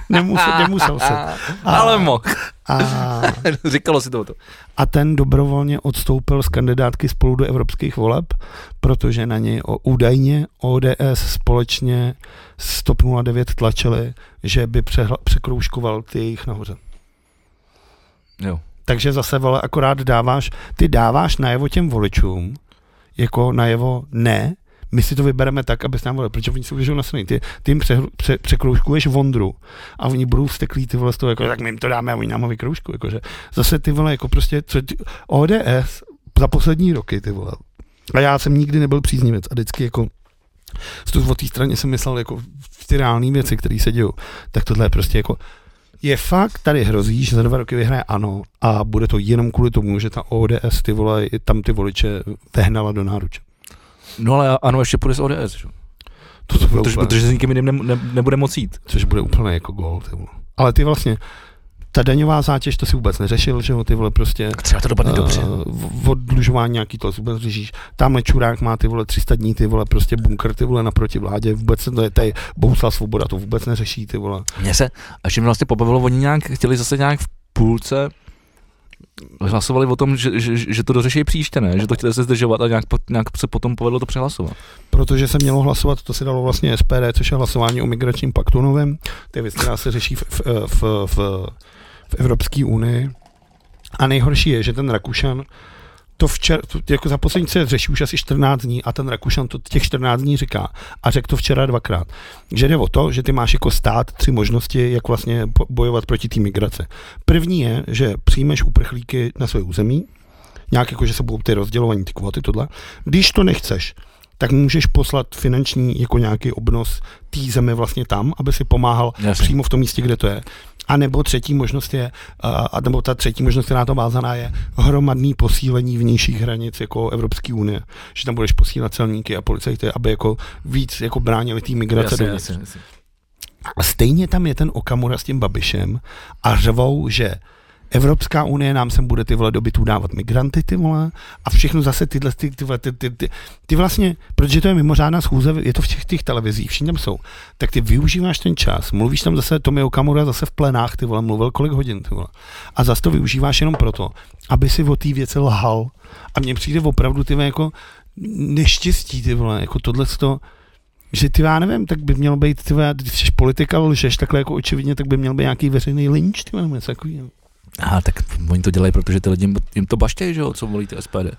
S2: nemusel, nemusel se. A,
S1: *laughs* Ale moh.
S2: a,
S1: *laughs* Říkalo si to. to.
S2: a ten dobrovolně odstoupil z kandidátky spolu do evropských voleb, protože na něj o, údajně ODS společně s TOP 09 tlačili, že by přehla, překroužkoval ty jejich nahoře.
S1: Jo.
S2: Takže zase, vole, akorát dáváš, ty dáváš najevo těm voličům, jako najevo ne, my si to vybereme tak, aby s nám volili, protože oni si uvěřují na strany. Ty, ty jim pře, pře, překroužkuješ vondru a oni budou vsteklí ty vole z toho, jako, tak my jim to dáme a oni nám ho vykroužkují. Jakože. Zase ty vole, jako prostě, co ty, ODS za poslední roky, ty vole. A já jsem nikdy nebyl příznivec a vždycky jako z tu- o té straně jsem myslel jako v ty reální věci, které se dějou. Tak tohle je prostě jako je fakt, tady hrozí, že za dva roky vyhraje ano a bude to jenom kvůli tomu, že ta ODS ty vole, tam ty voliče vehnala do náruče.
S1: No ale ano, ještě půjde z ODS, že?
S2: To, to bude
S1: Protože,
S2: úplně,
S1: protože s nikým jiným ne, ne, nebude moc jít.
S2: což bude úplně jako gol. Ty vole. Ale ty vlastně, ta daňová zátěž, to si vůbec neřešil, že jo, ty vole prostě
S1: A třeba to dopadne dobře.
S2: Uh, odlužování nějaký to vůbec řešíš. Tamhle čurák má ty vole 300 dní, ty vole prostě bunkr, ty vole naproti vládě, vůbec to je tady Bohuslav Svoboda, to vůbec neřeší, ty vole.
S1: Mně se, až jim vlastně pobavilo, oni nějak chtěli zase nějak v půlce hlasovali o tom, že, že, že to dořeší příště, ne? Že to chtěli se zdržovat a nějak, po- nějak se potom povedlo to přehlasovat.
S2: Protože se mělo hlasovat, to se dalo vlastně SPD, což je hlasování o migračním paktu novém, to je věc, která se řeší v, v, v, v, v Evropské unii. A nejhorší je, že ten Rakušan to včera, to, jako za poslední se řeší už asi 14 dní a ten Rakušan to těch 14 dní říká a řekl to včera dvakrát, že jde o to, že ty máš jako stát tři možnosti, jak vlastně po- bojovat proti té migraci. První je, že přijmeš uprchlíky na své území, nějak jako, že se budou ty rozdělovaní, ty kvóty, tohle. Když to nechceš, tak můžeš poslat finanční jako nějaký obnos té zemi vlastně tam, aby si pomáhal
S1: Jasně.
S2: přímo v tom místě, kde to je. A nebo třetí možnost je, a- a nebo ta třetí možnost, která na to vázaná je, hromadný posílení vnějších hranic jako Evropské unie. Že tam budeš posílat celníky a policajty, aby jako víc jako bránili té migrace
S1: Jasně,
S2: dovnitř.
S1: jasně, jasně.
S2: A stejně tam je ten Okamura s tím Babišem a řvou, že Evropská unie nám sem bude ty vole do bytů dávat migranty, ty vole, a všechno zase tyhle, ty, ty, vole, ty, ty, ty, ty vlastně, protože to je mimořádná schůze, je to v těch, těch televizích, všichni tam jsou, tak ty využíváš ten čas, mluvíš tam zase, Tomio Kamura zase v plenách, ty vole, mluvil kolik hodin, ty vole, a zase to využíváš jenom proto, aby si o té věci lhal a mně přijde opravdu, ty vole, jako neštěstí, ty vole, jako tohle to, že ty, já nevím, tak by mělo být, ty, vole, když jsi politika, lžeš takhle jako očividně, tak by měl být nějaký veřejný lynč, ty vole, nebo něco takového.
S1: A tak oni to dělají, protože ty lidi jim- jim to baštějí, že jo, co volí ty SPD.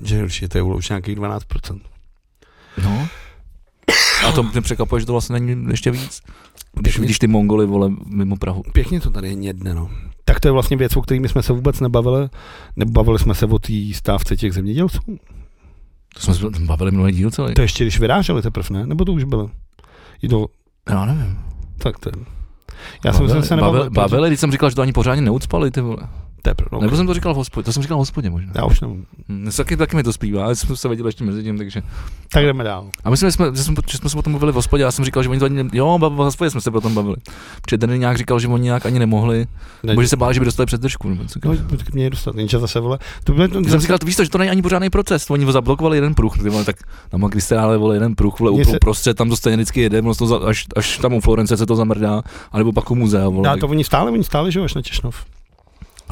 S2: Že určitě to je už nějakých 12%.
S1: No. A to mě překvapuje, že to vlastně není ještě víc. Když vidíš ty Mongoly, vole, mimo Prahu.
S2: Pěkně to tady je jedne, no. Tak to je vlastně věc, o kterými jsme se vůbec nebavili. Nebavili jsme se o té stávce těch zemědělců.
S1: To jsme se bavili minulý díl celý.
S2: To ještě když vyráželi teprve, ne? Nebo to už bylo? Je to,
S1: Já nevím.
S2: tak to je. Já jsem myslím, že se nebavil.
S1: bavili, bavili, když jsem říkal, že to ani pořádně neucpali, ty vole.
S2: protože- To je pro,
S1: Okay.
S2: no,
S1: Nebo jsem to říkal v hospodě, to jsem říkal v hospodě možná.
S2: já už nevím.
S1: Hm, taky, taky mi to zpívá, ale jsme se viděli ještě mezi tím, takže.
S2: Tak jdeme dál.
S1: A myslím, že jsme, že jsme, že jsme se o tom mluvili v hospodě, já jsem říkal, že oni to ani, ne- jo, ba- v hospodě jsme se o tom bavili. Protože ten nějak říkal, že oni nějak ani nemohli,
S2: Ne,
S1: nebo že se báli, že by dostali předtržku. Nebo něco.
S2: no, tak mě je dostat, jenže zase vole. To bylo, to,
S1: Já jsem říkal, víš to, že to není ani pořádný proces, oni ho zablokovali jeden pruh, ty vole, tak na magistrále vole jeden pruh, vole,
S2: Mně
S1: úplně
S2: se-
S1: prostřed, tam to stejně vždycky jede, ono se to za, až, až, tam u Florence se to zamrdá, anebo pak u muzea, vole.
S2: Já
S1: tak-
S2: to oni stále, oni stále žijou až na Češnov.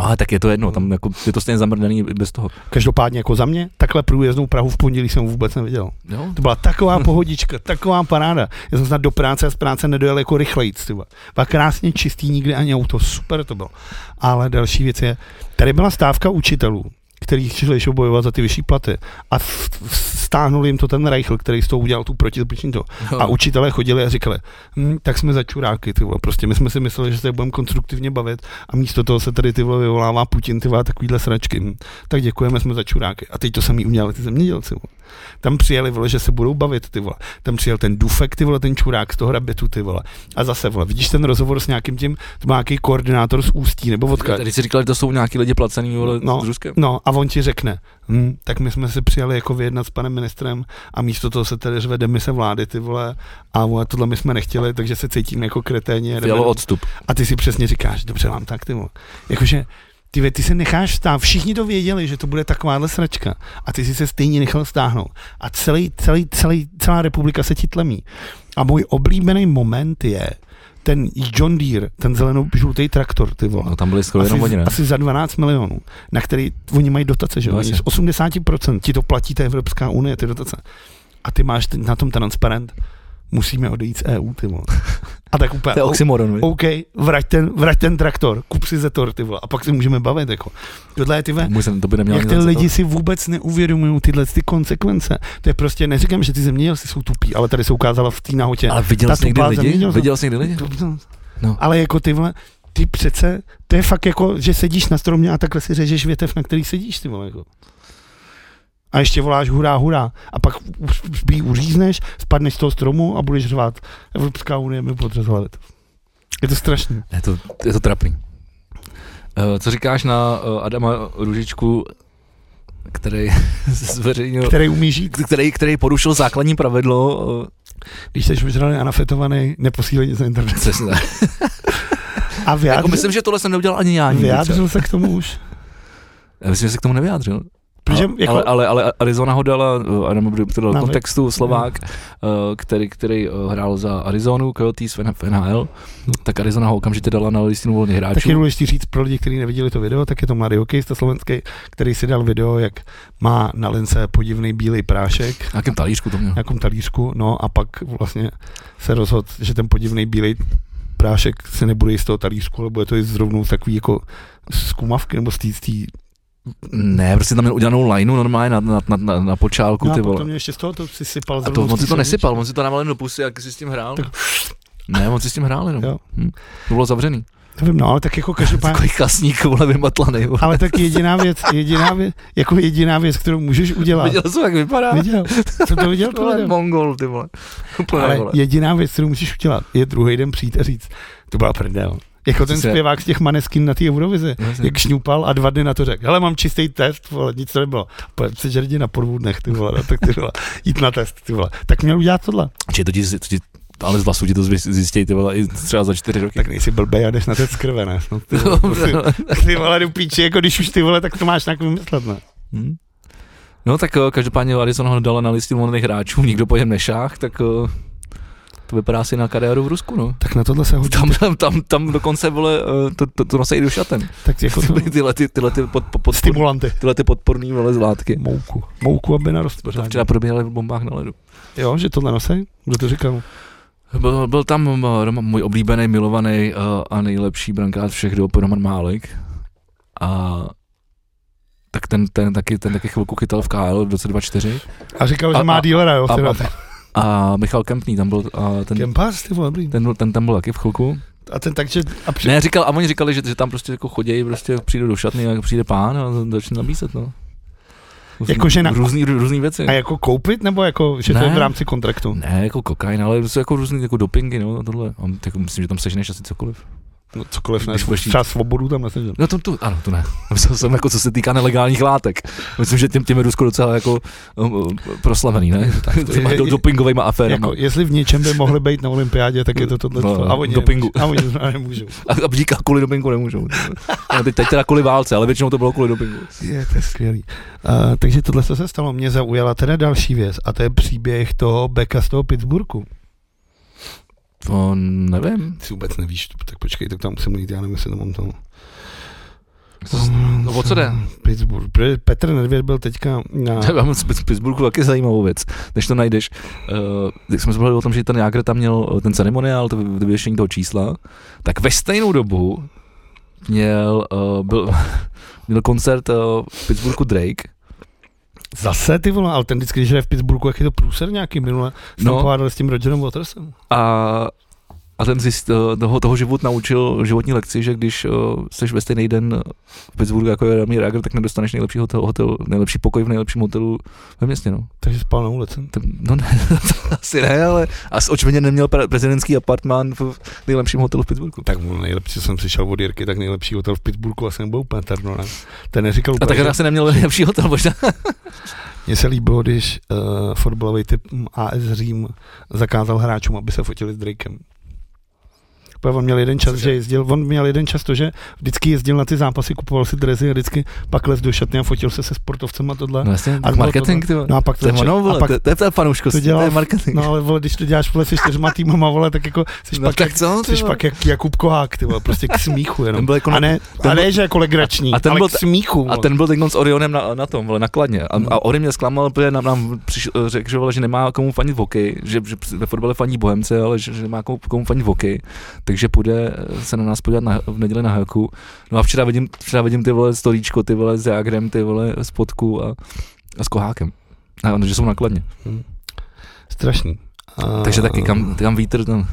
S1: Ale tak je to jedno, tam jako, je to stejně zamrdaný i bez toho.
S2: Každopádně jako za mě, takhle průjezdnou Prahu v pondělí jsem vůbec neviděl.
S1: Jo?
S2: To byla taková pohodička, taková paráda. Já jsem snad do práce a z práce nedojel jako rychlejc. Tyba. Byla krásně čistý, nikdy ani auto, super to bylo. Ale další věc je, tady byla stávka učitelů, kteří šli šel bojovat za ty vyšší platy. A v- v- stáhnul jim to ten Reichl, který z toho udělal tu proti to. A učitelé chodili a říkali, hm, tak jsme za čuráky, ty vole. Prostě my jsme si mysleli, že se budeme konstruktivně bavit a místo toho se tady ty vole vyvolává Putin, ty vole, a takovýhle sračky. Hm, tak děkujeme, jsme za čuráky. A teď to samý udělali ty zemědělci. Vole. Tam přijeli, vole, že se budou bavit, ty vole. Tam přijel ten dufek, ty vole, ten čurák z toho rabetu, ty vole. A zase, vole, vidíš ten rozhovor s nějakým tím, to má nějaký koordinátor z Ústí nebo odkud.
S1: Tady si říkal, že to jsou nějaký lidi placený vole,
S2: No.
S1: no. s Ruskem.
S2: No a on ti řekne, hm, tak my jsme si přijali jako vyjednat s panem ministrem a místo toho se tady řve demise vlády, ty vole, a vole, tohle my jsme nechtěli, takže se cítíme jako kreténi. jedeme
S1: Fialo
S2: do-
S1: odstup.
S2: A ty si přesně říkáš, dobře vám tak, ty vole. Jakože, ty, ve- ty se necháš stáhnout, všichni to věděli, že to bude takováhle sračka a ty si se stejně nechal stáhnout. A celý, celý, celý, celá republika se ti tlemí. A můj oblíbený moment je ten John Deere, ten zelenou žlutý traktor, ty vole
S1: No, tam byly skoro jenom
S2: asi,
S1: oni, ne?
S2: asi za 12 milionů, na který oni mají dotace, že jo?
S1: No,
S2: Oni
S1: jasně.
S2: Z 80% ti to platí ta Evropská unie, ty dotace. A ty máš ten- na tom transparent, musíme odejít z EU, ty vole. A tak
S1: *laughs*
S2: úplně,
S1: To je
S2: o-
S1: oxymoron, vi?
S2: OK, vrať ten, vrať ten traktor, kup si zetor, ty vole, a pak se můžeme bavit, jako. Tohle je, ty vole,
S1: Můj jsem- to by neměl
S2: jak
S1: ani
S2: ty
S1: za co
S2: lidi si vůbec neuvědomují tyhle ty konsekvence. To je prostě, neříkám, že ty zemědělci jsou tupí, ale tady se ukázala v té nahotě.
S1: to- Ale viděl
S2: Ta
S1: jsi někdy
S2: tupá
S1: lidi?
S2: zemědělka.
S1: Viděl jsi někdy lidi? No.
S2: Ale jako ty vole, ty přece, to je fakt jako, že sedíš na stromě a takhle si řežeš větev, na který sedíš, ty vole, jako. A ještě voláš hurá, hurá. A pak zbí uřízneš, spadneš z toho stromu a budeš řvát. Evropská unie mi podrazovala to. Je to strašné.
S1: Je to, je to trapný. Eh, Co říkáš na eh, Adama Ružičku, který *laughs* zveřejnil,
S2: Který umí žít.
S1: který, který porušil základní pravidlo, eh,
S2: Když jsi vyžraný a nafetovaný, neposílej nic na internet.
S1: přesně. *laughs* tak.
S2: A vyjádřil,
S1: Jako myslím, že tohle jsem neudělal ani já. nikdy třeba.
S2: vyjádřil se k tomu už.
S1: Já myslím, že se k tomu nevyjádřil.
S2: Protože
S1: ale,
S2: jako, No,
S1: ale, ale, ale Arizona ho dala, eh, Adam budu to dal do
S2: Na
S1: kontextu, Slovák, eh, který, který eh, hrál za Arizonu, Coyotes v N- v NHL, tak Arizona ho okamžitě dala na listinu volných
S2: No. Tak je
S1: hráčů.
S2: důležité říct pro lidi, kteří neviděli to video, tak je to mladý hokejista slovenský, který si dal video, jak má na lince podivný bílý prášek,
S1: Na jakém talířku to měl?
S2: nějakom talířku, no a pak vlastně se rozhodl, že ten podivný bílý prášek se nebude jíst z toho talířku, ale bude to jíst zrovna z takový jako z kumavky nebo z té- z té...
S1: Ne, prostě tam měl udělanou lineu normálně na, na, na, na, na počálku,
S2: No a
S1: ty
S2: potom
S1: vole.
S2: mě ještě z toho to si sypal.
S1: A to,
S2: zrovna z
S1: on si
S2: té
S1: to
S2: sendviče.
S1: nesypal, on si to namalil do pusy, jak si s tím hrál.
S2: Tak-
S1: Ne, on si s tím hrál jenom.
S2: Jo.
S1: Hm. To bylo zavřený.
S2: Nevím, no ale tak jako *laughs* každopádně...
S1: Takový kasník, vole, vymatlanej. vole.
S2: Ale tak jediná věc, jediná věc, jako jediná věc, kterou můžeš
S1: *laughs*
S2: udělat.
S1: Viděl jsem, jak vypadá.
S2: Viděl, jsem to *laughs* viděl, to
S1: Vole,
S2: video.
S1: Mongol, ty vole. Úplně,
S2: Ale
S1: vole.
S2: jediná věc, kterou můžeš udělat, je druhý den přijít a říct, to byla prdel. Jako ten
S1: Přesně.
S2: zpěvák z těch maneskin na té Eurovizi, jak šňupal a dva dny na to řekl, hele, mám čistý test, vole, nic to nebylo. Pojď se žerdě na po dvou dnech, ty vole, no, tak ty vole, jít na test, ty vole. Tak měl udělat tohle.
S1: Či to ti, to ti, ale z vlasu ti to zvys- zjistí, ty vole, i třeba za čtyři roky.
S2: Tak nejsi blbej a jdeš na test z krve, ne? No, ty, vole, prostě, ty vole, do píči, jako když už ty vole, tak to máš nějak vymyslet, ne?
S1: Hm. No tak eh, každopádně Arizon ho dala na listinu volných hráčů, nikdo po něm nešách, tak eh, to vypadá si na kariéru v Rusku, no.
S2: Tak na tohle se hodí.
S1: Tam, tam, tam, tam dokonce, vole, eh, to, to, to nosejí do šatem.
S2: Tak jako to,
S1: Ty- Tyhle, ty, tyhle, ty pod, pod, pod,
S2: stimulanty.
S1: tyhle ty podporný, vole, z látky.
S2: Mouku. Mouku, aby narostl.
S1: To včera probíhali v bombách na ledu.
S2: Jo, že tohle nosej? Kdo to říkal?
S1: Byl, byl tam eh, Roman- můj oblíbený, milovaný eh, a nejlepší brankář všech dob, Roman Málek. A tak ten, ten, taky, ten taky chvilku chytal v KL v roce 24.
S2: A říkal,
S1: A-
S2: že má
S1: a-
S2: dílera, jo,
S1: a-
S2: teda.
S1: a- A Michal Kempný tam byl, a ten,
S2: Kempas, ty vole, dobrý.
S1: ten, byl- ten tam byl taky v chvilku.
S2: A ten takže, a při...
S1: Ne, říkal, a oni říkali, že, že tam prostě jako chodí, prostě přijdu do šatny a přijde pán a začne nabízet, no. Různý,
S2: Jakože Jako, na-
S1: různý, různý věci.
S2: a jako koupit, nebo jako, že to je
S1: Ne.
S2: v rámci kontraktu?
S1: Ne, jako kokain, ale jsou jako různý jako dopingy, no, a tohle. A tak myslím, že tam sežneš asi cokoliv.
S2: No, cokoliv ne,
S1: Když budeš jít.
S2: třeba svobodu tam nesežen.
S1: No to, to, ano, to ne. *laughs* Myslel jsem jako, co se týká nelegálních látek. Myslím, že těm, těm je Rusko docela jako um, um, proslavený, ne? Těma do, dopingovejma aférama.
S2: Jako,
S1: Jako,
S2: jestli v něčem by mohli být na olympiádě, tak je to tohle.
S1: No,
S2: a oni
S1: dopingu.
S2: A oni to *laughs* nemůžou.
S1: a, a díka, kvůli dopingu nemůžou. No, teď, teď teda kvůli válce, ale většinou to bylo kvůli dopingu.
S2: Je, to je skvělý. Uh, takže tohle co se stalo. Mě zaujala teda další věc a to je příběh toho Beka z toho Pittsburghu.
S1: To nevím.
S2: Ty vůbec nevíš, tak počkej, tak tam musím jít, já nevím, jestli tam mám to.
S1: To, s- no, o co jde?
S2: Pittsburgh. Protože Petr Nedvěd byl teďka na...
S1: To mám z Pitts- Pittsburghu taky zajímavou věc. Než to najdeš, uh, jak jsme se bavili o tom, že ten Jágr tam měl eh, ten ceremoniál, to vy- vyvěšení toho čísla, tak ve stejnou dobu měl, uh, byl, *laughs* měl koncert uh, v Pittsburghu Drake.
S2: Zase ty vole, ale ten vždycky, když je v Pittsburghu, jak je to průser nějaký minule, no.
S1: No.
S2: pohádal s tím Rogerem Watersem.
S1: A, a ten zjist, eh, toho, toho život naučil životní lekci, že když uh, jsi ve stejný den v Pittsburghu jako je Rami Rager, tak nedostaneš nejlepší hotel, hotel, nejlepší pokoj v nejlepším hotelu ve městě. No,
S2: Takže spal na ulici.
S1: Ten, no ne, *laughs* to asi ne, ale asi očivně neměl pre- prezidentský apartmán v v nejlepším hotelu v Pittsburghu.
S2: Tak mu nejlepší, co jsem přišel od Jirky, tak nejlepší hotel v Pittsburghu asi nebyl úplně Tarno, ne? Ten neříkal
S1: A
S2: úplně,
S1: tak
S2: že-
S1: asi neměl nejlepší hotel možná.
S2: Mně se líbilo, když uh, fotbalový typ AS Řím zakázal hráčům, aby se fotili s Drakem. Protože on měl jeden čas,
S1: Cože?
S2: že jezdil, on měl jeden čas to, že vždycky jezdil na ty zápasy, kupoval si drezy a vždycky pak les do šatny a fotil se se sportovcem a tohle.
S1: No jasně,
S2: A
S1: marketing, ty vole.
S2: No a pak
S1: to je
S2: začal-
S1: ono,
S2: a
S1: vole,
S2: pak-
S1: to, to je ta fanouškost,
S2: to
S1: to, to
S2: dělal-
S1: je marketing.
S2: No ale vole, když to děláš vole se čtyřma týmama, vole, tak jako jsi
S1: No
S2: pak,
S1: tak co? ty
S2: jsi
S1: vole?
S2: pak jak Jakub Kohák, ty vole, prostě k smíchu
S1: Ten *laughs*
S2: jenom.
S1: byl jako
S2: A ne,
S1: ten
S2: a
S1: byl-
S2: ne, že jako legrační,
S1: a ten
S2: ale
S1: byl
S2: k
S1: ta-
S2: smíchu.
S1: A
S2: vole.
S1: ten byl teď s Orionem na, na tom, vole, na kladně. A,
S2: No.
S1: a Orion mě zklamal, protože nám, nám přišel, řekl, že, vole, že nemá komu fanit v hokeji, že, že ve fotbale faní Bohemce, ale že, že nemá komu, komu fanit v hokeji, takže půjde eh, se na nás podívat na, v neděli na Helku. No a včera vidím, včera vidím ty vole storíčko, ty vole s Jagrem, ty vole s Podku a, a s Kohákem. A, no, že jsou nakladně.
S2: Strašný. A-
S1: Takže taky kam, kam vítr tam.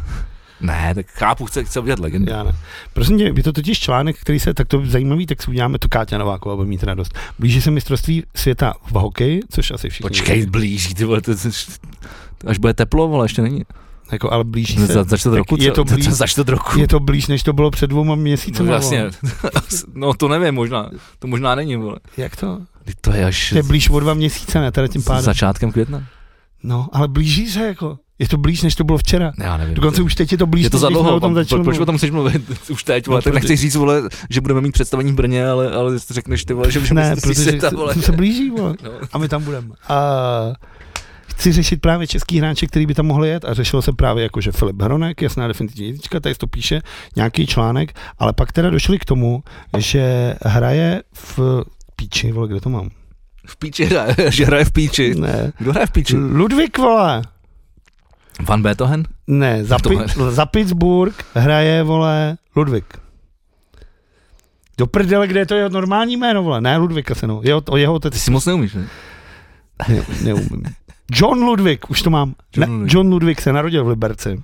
S1: Ne, tak chápu, chce, chce udělat legendu.
S2: Ah, Já ne. Prosím tě, je to totiž článek, který se takto zajímavý, tak si uděláme to Káťa Nováková, bude mít radost. Blíží se mistrovství světa v hokeji, což asi všichni.
S1: Počkej, blíží, ty vole, to, to, to, až bude teplo, vole, ještě není.
S2: Jako, ale blíží se.
S1: Za, za čtvrt
S2: tak
S1: roku,
S2: je
S1: co?
S2: to blíž-
S1: *laughs* za čtvrt roku.
S2: Je to blíž, než to bylo před dvouma měsíci.
S1: No, jasně, *laughs* no to nevím, možná, to možná není, vole.
S2: Jak to?
S1: Teď To je až
S2: To je blíž o dva měsíce, ne? Teda tím
S1: s
S2: pádem.
S1: začátkem května.
S2: No, ale blíží se jako. Je to blíž, než to bylo včera.
S1: Já nevím.
S2: Dokonce už teď je to blíž,
S1: je to
S2: než
S1: za
S2: jsme
S1: dlouho,
S2: o tom
S1: po-
S2: začali
S1: po- proč o
S2: mluvit.
S1: tom chceš mluvit *laughs* už teď, vole,
S2: No,
S1: tak
S2: protože-
S1: nechci říct, vole, že budeme mít představení v Brně, ale, ale řekneš ty, vole, že, že
S2: Ne,
S1: mistrovství
S2: protože
S1: světa, vole.
S2: se, se blíží, vole.
S1: *laughs* No.
S2: A my tam budeme. A chci řešit právě český hráče, který by tam mohli jet a řešilo se právě jako, že Filip Hronek, jasná definitivní jednička, tady se to píše, nějaký článek, ale pak teda došli k tomu, že hraje v píči, vole, kde to mám?
S1: V píči hraje, že hraje v píči.
S2: Ne.
S1: Kdo hraje v píči?
S2: Ludvík, vole!
S1: Van Beethoven?
S2: Ne, za,
S1: To
S2: pi- za Pittsburgh hraje, vole, Ludvík. Do prdele, kde je to jeho normální jméno, vole? Ne, Ludvíka se no. Jeho, jeho otec
S1: Ty si moc neumíš, ne?
S2: Ne, neumím. John Ludwig, už to mám.
S1: John
S2: John,
S1: Ludwig.
S2: Ludwig. John Ludwig se narodil v Liberci.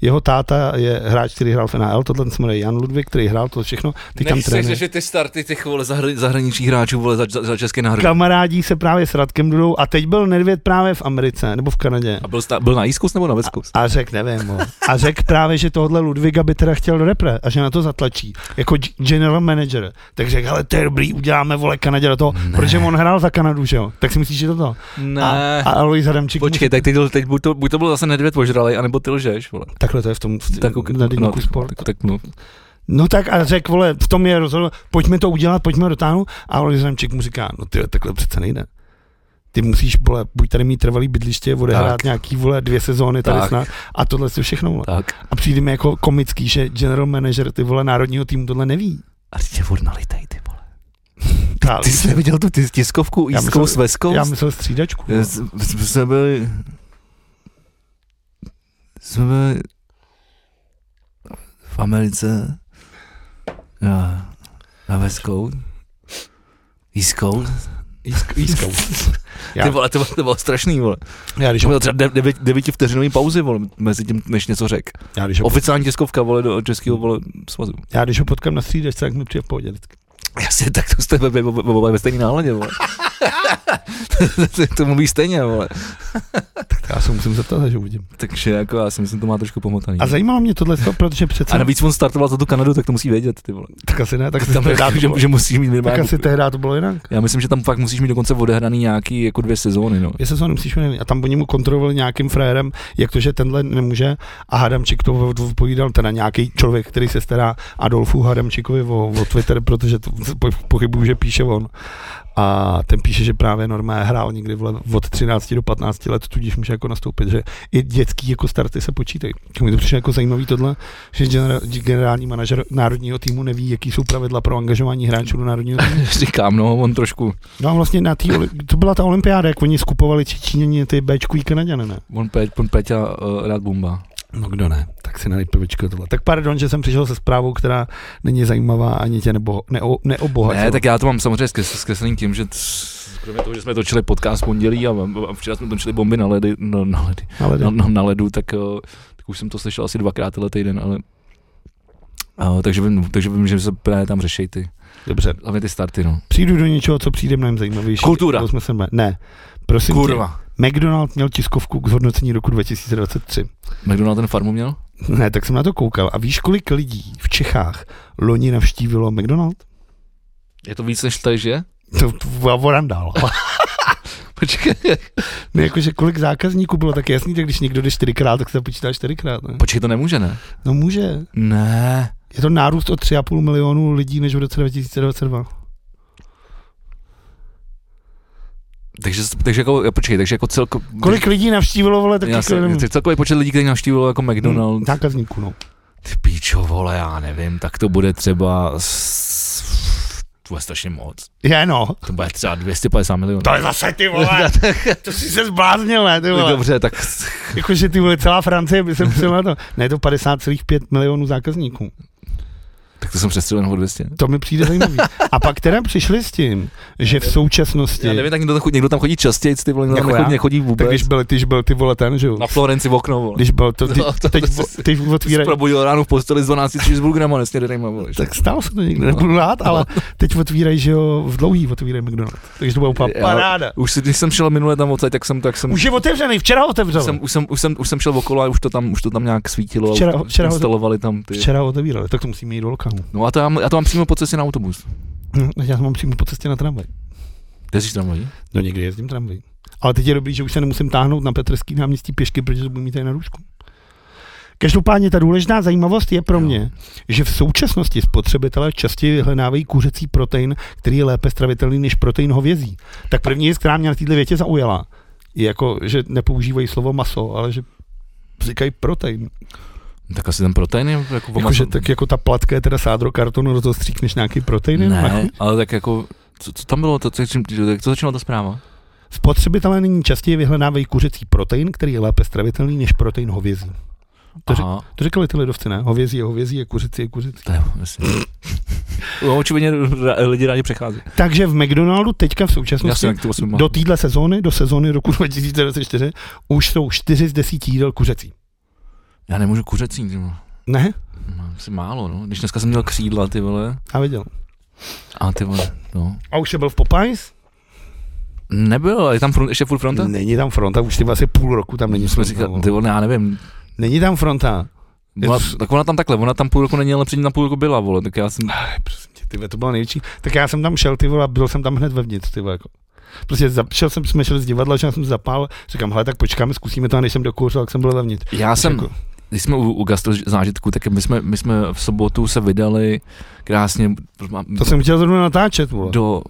S2: Jeho táta je hráč, který hrál v NHL, tohle se jmenuje Jan Ludwig, který hrál to všechno, ty tam trénuje.
S1: ty starty těch, vole, zahr- zahraničních hráčů, vole, za, za, za české národní.
S2: Kamarádí se právě s Radkem Dudou a teď byl Nedvěd právě v Americe nebo v Kanadě.
S1: A byl, sta- byl na East Coast nebo na West Coast?
S2: A řekl, nevím, vole. a řekl právě, že tohle Ludviga by teda chtěl do repre a že na to zatlačí, jako g- general manager. Tak řekl, ale to je dobrý, uděláme vole Kanadě do toho,
S1: Ne.
S2: ne. protože on hrál za Kanadu, že jo? Tak si myslíš, že to to?
S1: Ne.
S2: A, a Alois Adamčík mu
S1: Počkej, tak teď, teď buď, to, buď to bylo zase nedvěd požralej, anebo ty lžeš, vole.
S2: Takhle to je v tom v,
S1: Tak,
S2: tak,
S1: ok,
S2: na deníku
S1: no,
S2: no,
S1: tak-
S2: sport.
S1: Tak, tak no.
S2: No tak a řekl, vole, v tom je rozhodl, pojďme to udělat, pojďme dotáhnout. A Alois Zemčík mu říká, no ty takhle přece nejde. Ty musíš, vole, buď tady mít trvalý bydliště, odehrát
S1: Tak.
S2: tak. nějaký, vole, dvě sezóny tady
S1: Tak.
S2: tak. snad a tohle si všechno, vole.
S1: Tak.
S2: A přijde mi jako komický, že general manager, ty vole, národního týmu tohle neví.
S1: A teď tě odnalitej, ty vole.
S2: Ta,
S1: *laughs* Ty jsi neviděl tu tis- tiskovku
S2: Já
S1: East
S2: myslel-
S1: Coast, West
S2: já
S1: Coast?
S2: myslel střídačku.
S1: Eh, s- s- Jsme byli... Jsme byli... V Americe. Na, na West Coast. East Coast. *laughs*
S2: Jízkou. Já-
S1: Ty vole, to, bylo- to bylo strašný, vole.
S2: Já když,
S1: Že měl třeba dev- devět- devietivteřinový pauzy, vole, mezi tím, než něco řek.
S2: já, když ho,
S1: Oficiální tiskovka, vole, do českého, vole, svazu.
S2: já když ho potkám na střídačce, tak mi přijde v pohodě vždycky.
S1: Jasně, tak to jste ve, ve, ve, ve, ve stejný náladě, vole. *laughs* to mluví stejně, vole.
S2: Tak já se musím zeptat, až ho uvidím.
S1: Takže jako já si myslím, to má trošku pomotaný.
S2: A zajímalo mě tohle, protože přece...
S1: a navíc on startoval za tu Kanadu, tak to musí vědět, ty vole.
S2: tak asi ne, tak,
S1: Tam
S2: tehdy
S1: je, jako, že,
S2: to bylo-
S1: že musí mít
S2: tak
S1: minimálně. jako-
S2: asi tehdy to bylo jinak.
S1: Já myslím, že tam fakt musíš mít dokonce odehraný nějaký jako dvě sezóny, no. *laughs*
S2: Jestli se nemusíš jmenovat. A tam oni mu kontrolovali nějakým frérem, jak to, že tenhle nemůže. A Hadamčík to odpovídal, teda nějaký člověk, který *laughs* se stará Adolfu Hadamčíkovi o, o Twitter, protože to po- pochybuju, že píše on. A ten píše, že právě normálně hrál někdy vle, od 13 do 15 let, tudíž může jako nastoupit, že i dětský jako starty se počítají. Mě to přišlo jako zajímavý tohle, že gener- generální manažer národního týmu neví, jaký jsou pravidla pro angažování hráčů do národního týmu.
S1: Říkám, no, on trošku,
S2: No a vlastně na tý, oli- to byla ta olympiáda, jak oni skupovali Číňani ty Bčkový Kanaďany, ne?
S1: on, Pe, on Peťa uh, rád bumba.
S2: No kdo ne, tak si nalej pivečko tohle. Tak pardon, že jsem přišel se zprávou, která není zajímavá ani tě nebo, neo, neobohatila.
S1: Ne, tak já to mám samozřejmě zkres- zkreslený tím, že c- kromě toho, že jsme točili podcast v pondělí a, a včera jsme točili bomby na, ledy, na, na, ledy,
S2: Ale
S1: na, na, na ledu, tak, eh, tak už jsem to slyšel asi dvakrát tenhle týden, ale a, takže, vím, takže vím, že se právě tam řeší ty,
S2: dobře.
S1: hlavně ty starty, no.
S2: Přijdu do něčeho, co přijde mnohem zajímavější.
S1: Kultura.
S2: To jsme se mle- ne, prosím Kurva.
S1: Kurva.
S2: Tě, McDonald měl tiskovku k zhodnocení roku 2023.
S1: McDonald ten farmu měl?
S2: Ne, tak jsem na to koukal. A víš, kolik lidí v Čechách loni navštívilo McDonald?
S1: Je to víc než tady, že?
S2: To byla vorandál.
S1: *laughs* Počkej,
S2: No jakože kolik zákazníků bylo, tak je jasný, že když někdo jde čtyřikrát, tak se počítá čtyřikrát. Ne?
S1: počkej, to nemůže, ne?
S2: No může.
S1: Ne.
S2: Je to nárůst o 3,5 milionu lidí než v roce 2022.
S1: Takže, takže jako, počkej, takže jako celko...
S2: Kolik lidí navštívilo, vole, taky
S1: Jasně, takže celkový počet lidí, kteří navštívilo jako McDonald,
S2: Zákazníků, no.
S1: Ty píčo, vole, já nevím, tak to bude třeba... s- To bude strašně moc.
S2: Je, no.
S1: To bude třeba 250 milionů.
S2: To je zase ty *laughs* vole, to jsi se zbláznil, ne, ty
S1: Tak
S2: vole.
S1: Dobře, tak
S2: Jakože ty vole, celá Francie by se přijela to. Ne, je to 50,5 milionů zákazníků.
S1: tak to jsem přestřelen o 200.
S2: To mi přijde zajímavý. A pak teda přišli s tím, že v současnosti,
S1: Já nevím, tak někdo tam chodí, někdo tam chodí častěji, ty vole, někdo tam
S2: Jako
S1: nechodí,
S2: já?
S1: nechodí
S2: tak
S1: vůbec.
S2: když byl, když byl ty vole ten, že jo.
S1: Na Florenci v okno, vole.
S2: Když byl to, ty,
S1: No, to-
S2: teď,
S1: to jsi-
S2: teď
S1: Když se
S2: otvírají,
S1: probudil ráno v posteli s 12 cheeseburgerama, nesnědejma, vole. že?
S2: tak stalo se to někde,
S1: No.
S2: nebudu rád, ale teď otvírají, že jo, v dlouhý otvírají McDonald's. Takže to byla úplně
S1: Já-
S2: paráda.
S1: Už si, když jsem šel minule tam odsaď, tak jsem, tak jsem,
S2: Už je otevřený, včera otevřel.
S1: jsem, už, jsem, už, jsem, už jsem šel okolo a už to tam, už to tam nějak svítilo. a
S2: Včera-
S1: už
S2: včera-
S1: instalovali tam ty.
S2: Včera otevírali, tak to musíme jít do lokálu.
S1: No a to, já, já to mám přímo po cestě na autobus.
S2: Hm, Já mám přímo po cestě na tramvaj.
S1: Ty jsi tramvají?
S2: No někdy jezdím tramvají. Ale teď je dobrý, že už se nemusím táhnout na Petrský náměstí pěšky, protože to budu mít tady na růžku. Každopádně ta důležitá zajímavost je
S1: Jo.
S2: pro mě, že v současnosti spotřebitelé častěji vyhledávají kuřecí protein, který je lépe stravitelný než protein hovězí. Tak první věc, která mě na této větě zaujala, je jako, že nepoužívají slovo maso, ale že říkají protein.
S1: Tak asi ten protein je jako,
S2: Jako, že, tak jako ta placka je teda sádro kartonu, do toho stříkneš nějaký protein. jenom na chuť.
S1: Ne, ale tak jako, co, co tam bylo, to, co, čím, jak to začínala ta zpráva?
S2: Spotřebitelé nyní častěji vyhledávají kuřecí protein, který je lépe stravitelný než protein hovězí. To řek-
S1: Aha,
S2: To říkali ty lidovci, ne? Hovězí je hovězí, je kuřecí je kuřecí.
S1: to je jasně. *laughs* No, očividně ra- lidi rádi přechází.
S2: Takže v McDonaldu teďka v současnosti
S1: Jasně, jak to osm má.
S2: do téhle sezóny, do sezóny roku *laughs* 2024, už jsou 4 z 10 jídel kuřecí.
S1: Já nemůžu kuřecí, ty vole.
S2: Ne?
S1: Mám Asi málo, no. Když dneska jsem měl křídla, ty vole.
S2: Já viděl.
S1: A ty vole, no.
S2: A už jsi byl v Popeyes?
S1: Nebyl, ale je tam front, ještě furt fronta?
S2: Není tam fronta, už ty asi půl roku tam není
S1: Jsme
S2: fronta.
S1: říkali,
S2: vole.
S1: ty vole, já nevím.
S2: Není tam fronta. Je
S1: Ona,
S2: to-
S1: tak ona tam takhle, ona tam půl roku není, ale předtím tam půl roku byla, vole. Tak já jsem,
S2: Aj, prosím tě, ty vole, to bylo největší. Tak já jsem tam šel, ty vole, a byl jsem tam hned vevnitř, ty vole, jako. Prostě za, šel jsem, jsme šli z divadla, šel jsem zapál, říkám, hele, tak počkáme, zkusíme to, a než jsem dokouřil, tak jsem byl vevnitř.
S1: já jsem,
S2: Jako,
S1: když jsme u, u gastro zážitku, tak my jsme, my jsme v sobotu se vydali krásně. mám-
S2: to jsem chtěl zrovna natáčet, vole.
S1: do...